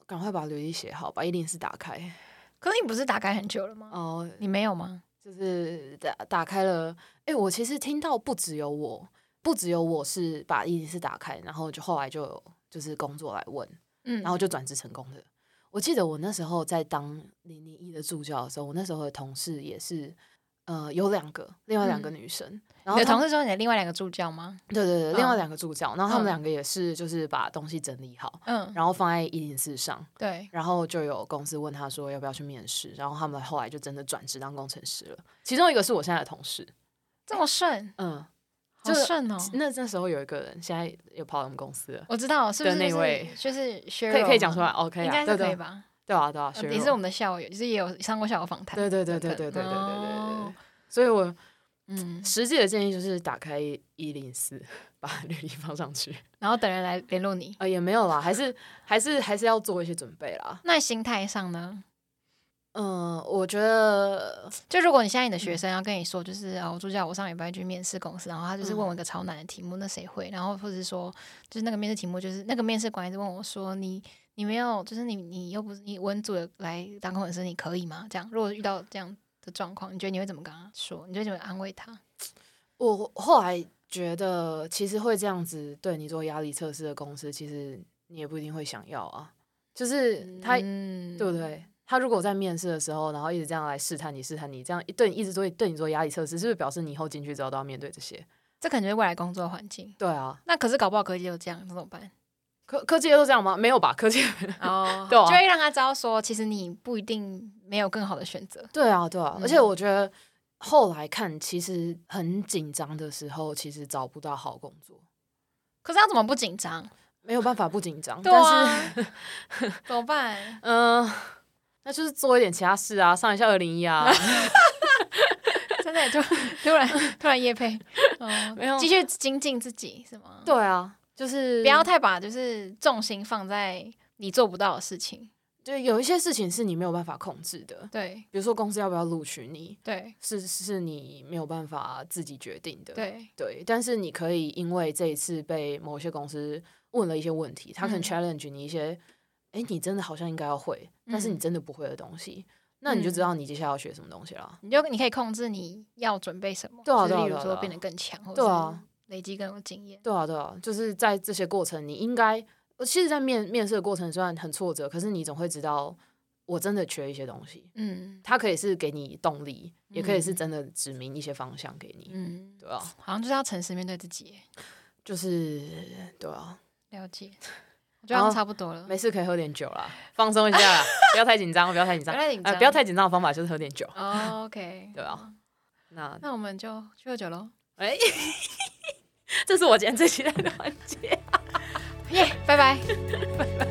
A: 赶快把履历写好，把一零四打开
B: 可是你不是打开很久了吗？
A: 哦，
B: 你没有吗？
A: 就是打打开了。哎、我其实听到不只有我，不只有我是把一零四打开，然后就后来就有就是工作来问，
B: 嗯，
A: 然后就转职成功的。我记得我那时候在当零零一的助教的时候，我那时候的同事也是，呃，有两个，另外两个
B: 嗯
A: 女生，然
B: 你
A: 后
B: 的
A: 她
B: 同
A: 们
B: 事说你的另外两个助教吗？
A: 对对对，另外
B: 嗯
A: 两个助教，然后他们
B: 嗯
A: 两个也是就是把东西整理好，
B: 嗯，
A: 然后放在一零四上，
B: 对，
A: 然后就有公司问他说要不要去面试，然后他们后来就真的转职当工程师了。其中一个是我现在的同事，
B: 这么顺，
A: 嗯，
B: 好
A: 就是
B: 顺哦。
A: 那那时候有一个人，现在也跑到我们公司了，
B: 我知道，是不是
A: 的那
B: 就是
A: 位
B: 就是学
A: 可以可以讲出来，OK
B: 应
A: 啊，
B: 该
A: 对
B: 是可以
A: 对
B: 吧？
A: 对啊对啊，
B: 呃
A: 学
B: 也
A: 友
B: 是我们的校友，就是也有上过校友访谈。
A: 对对对对
B: 等
A: 对对
B: 等
A: 对对对对
B: 哦
A: 对，所以我
B: 嗯，
A: 实际的建议就是打开一零四，把履历放上去
B: 然后等人来联络你。
A: 啊，也没有啦，还是还是还是要做一些准备啦。
B: 那心态上呢？
A: 嗯，我觉得
B: 就如果你现在你的
A: 嗯
B: 学生要跟你说，就是哦，助教，我上礼拜去面试公司，然后他就是
A: 嗯
B: 问我一个超难的题目，那谁会？然后或者是说，就是那个面试题目，就是那个面试官一直问我说，你你没有，就是你你又不是你文组的来当工程师，你可以吗？这样，如果遇到这样的状况，你觉得你会怎么跟他说？你就怎么安慰他？
A: 我后来觉得，其实会这样子对你做压力测试的公司，其实你也不一定会想要啊，就是他
B: 嗯
A: 对不？对？他如果在面试的时候，然后一直这样来试探你、试探你，这样对你一直做对你做压力测试，是不是表示你以后进去之后都要面对这些？
B: 这可能就是未来工作环境。
A: 对啊，
B: 那可是搞不好科技就这样，那怎么办？
A: 科科技业都这样吗？没有吧？科技业
B: 哦，
A: 对啊
B: 就会让他知道说，其实你不一定没有更好的选择。
A: 对啊，对啊。
B: 嗯
A: 而且我觉得后来看，其实很紧张的时候，其实找不到好工作，
B: 可是他怎么不紧张？
A: 没有办法不紧 张。
B: 对
A: 但是，
B: 啊， 怎么办？
A: 嗯、那就是做一点其他事啊，上一下二零一啊。
B: 真 的就突然 突然夜配， 哦，
A: 没有
B: 继续精进自己是吗？
A: 对啊，就是
B: 不要，太把就是重心放在你做不到的事情。
A: 就有一些事情是你没有办法控制的，
B: 对
A: 比如说公司要不要录取你，
B: 对
A: 是是你没有办法自己决定的。
B: 对，
A: 对，但是你可以因为这一次被某些公司问了一些问题，他可能
B: 嗯
A: challenge 你一些，哎、你真的好像应该要会，但是你
B: 嗯
A: 真的不会的东西，那你就知
B: 嗯
A: 道你接下来要学什么东西啦。
B: 你就你可以控制你要准备什么，
A: 对啊
B: 就是
A: 对啊
B: 例如
A: 对啊
B: 说
A: 对啊
B: 变得更强，或
A: 对
B: 者
A: 啊
B: 累积更多经验。
A: 对啊，对啊，就是在这些过程，你应该，呃其实，在面面试的过程虽然很挫折，可是你总会知道。我真的缺一些东西，
B: 嗯
A: 它可以是给你动力，也可以是真的指明一些方向给你，
B: 嗯，
A: 对啊，
B: 好像就是要诚实面对自己耶。
A: 就是对啊，
B: 了解，我觉得好像差不多了。
A: 没事可以喝点酒啦，放松一下 啦，不要太紧张，不要太紧张，
B: 不要太紧张
A: 呃不要太紧张的方法就是喝点酒，
B: 哦 OK，
A: 对啊，那
B: 那我们就去喝酒喽，
A: 哎， 这是我今天最期待的环节。
B: 耶，拜拜。
A: 拜拜。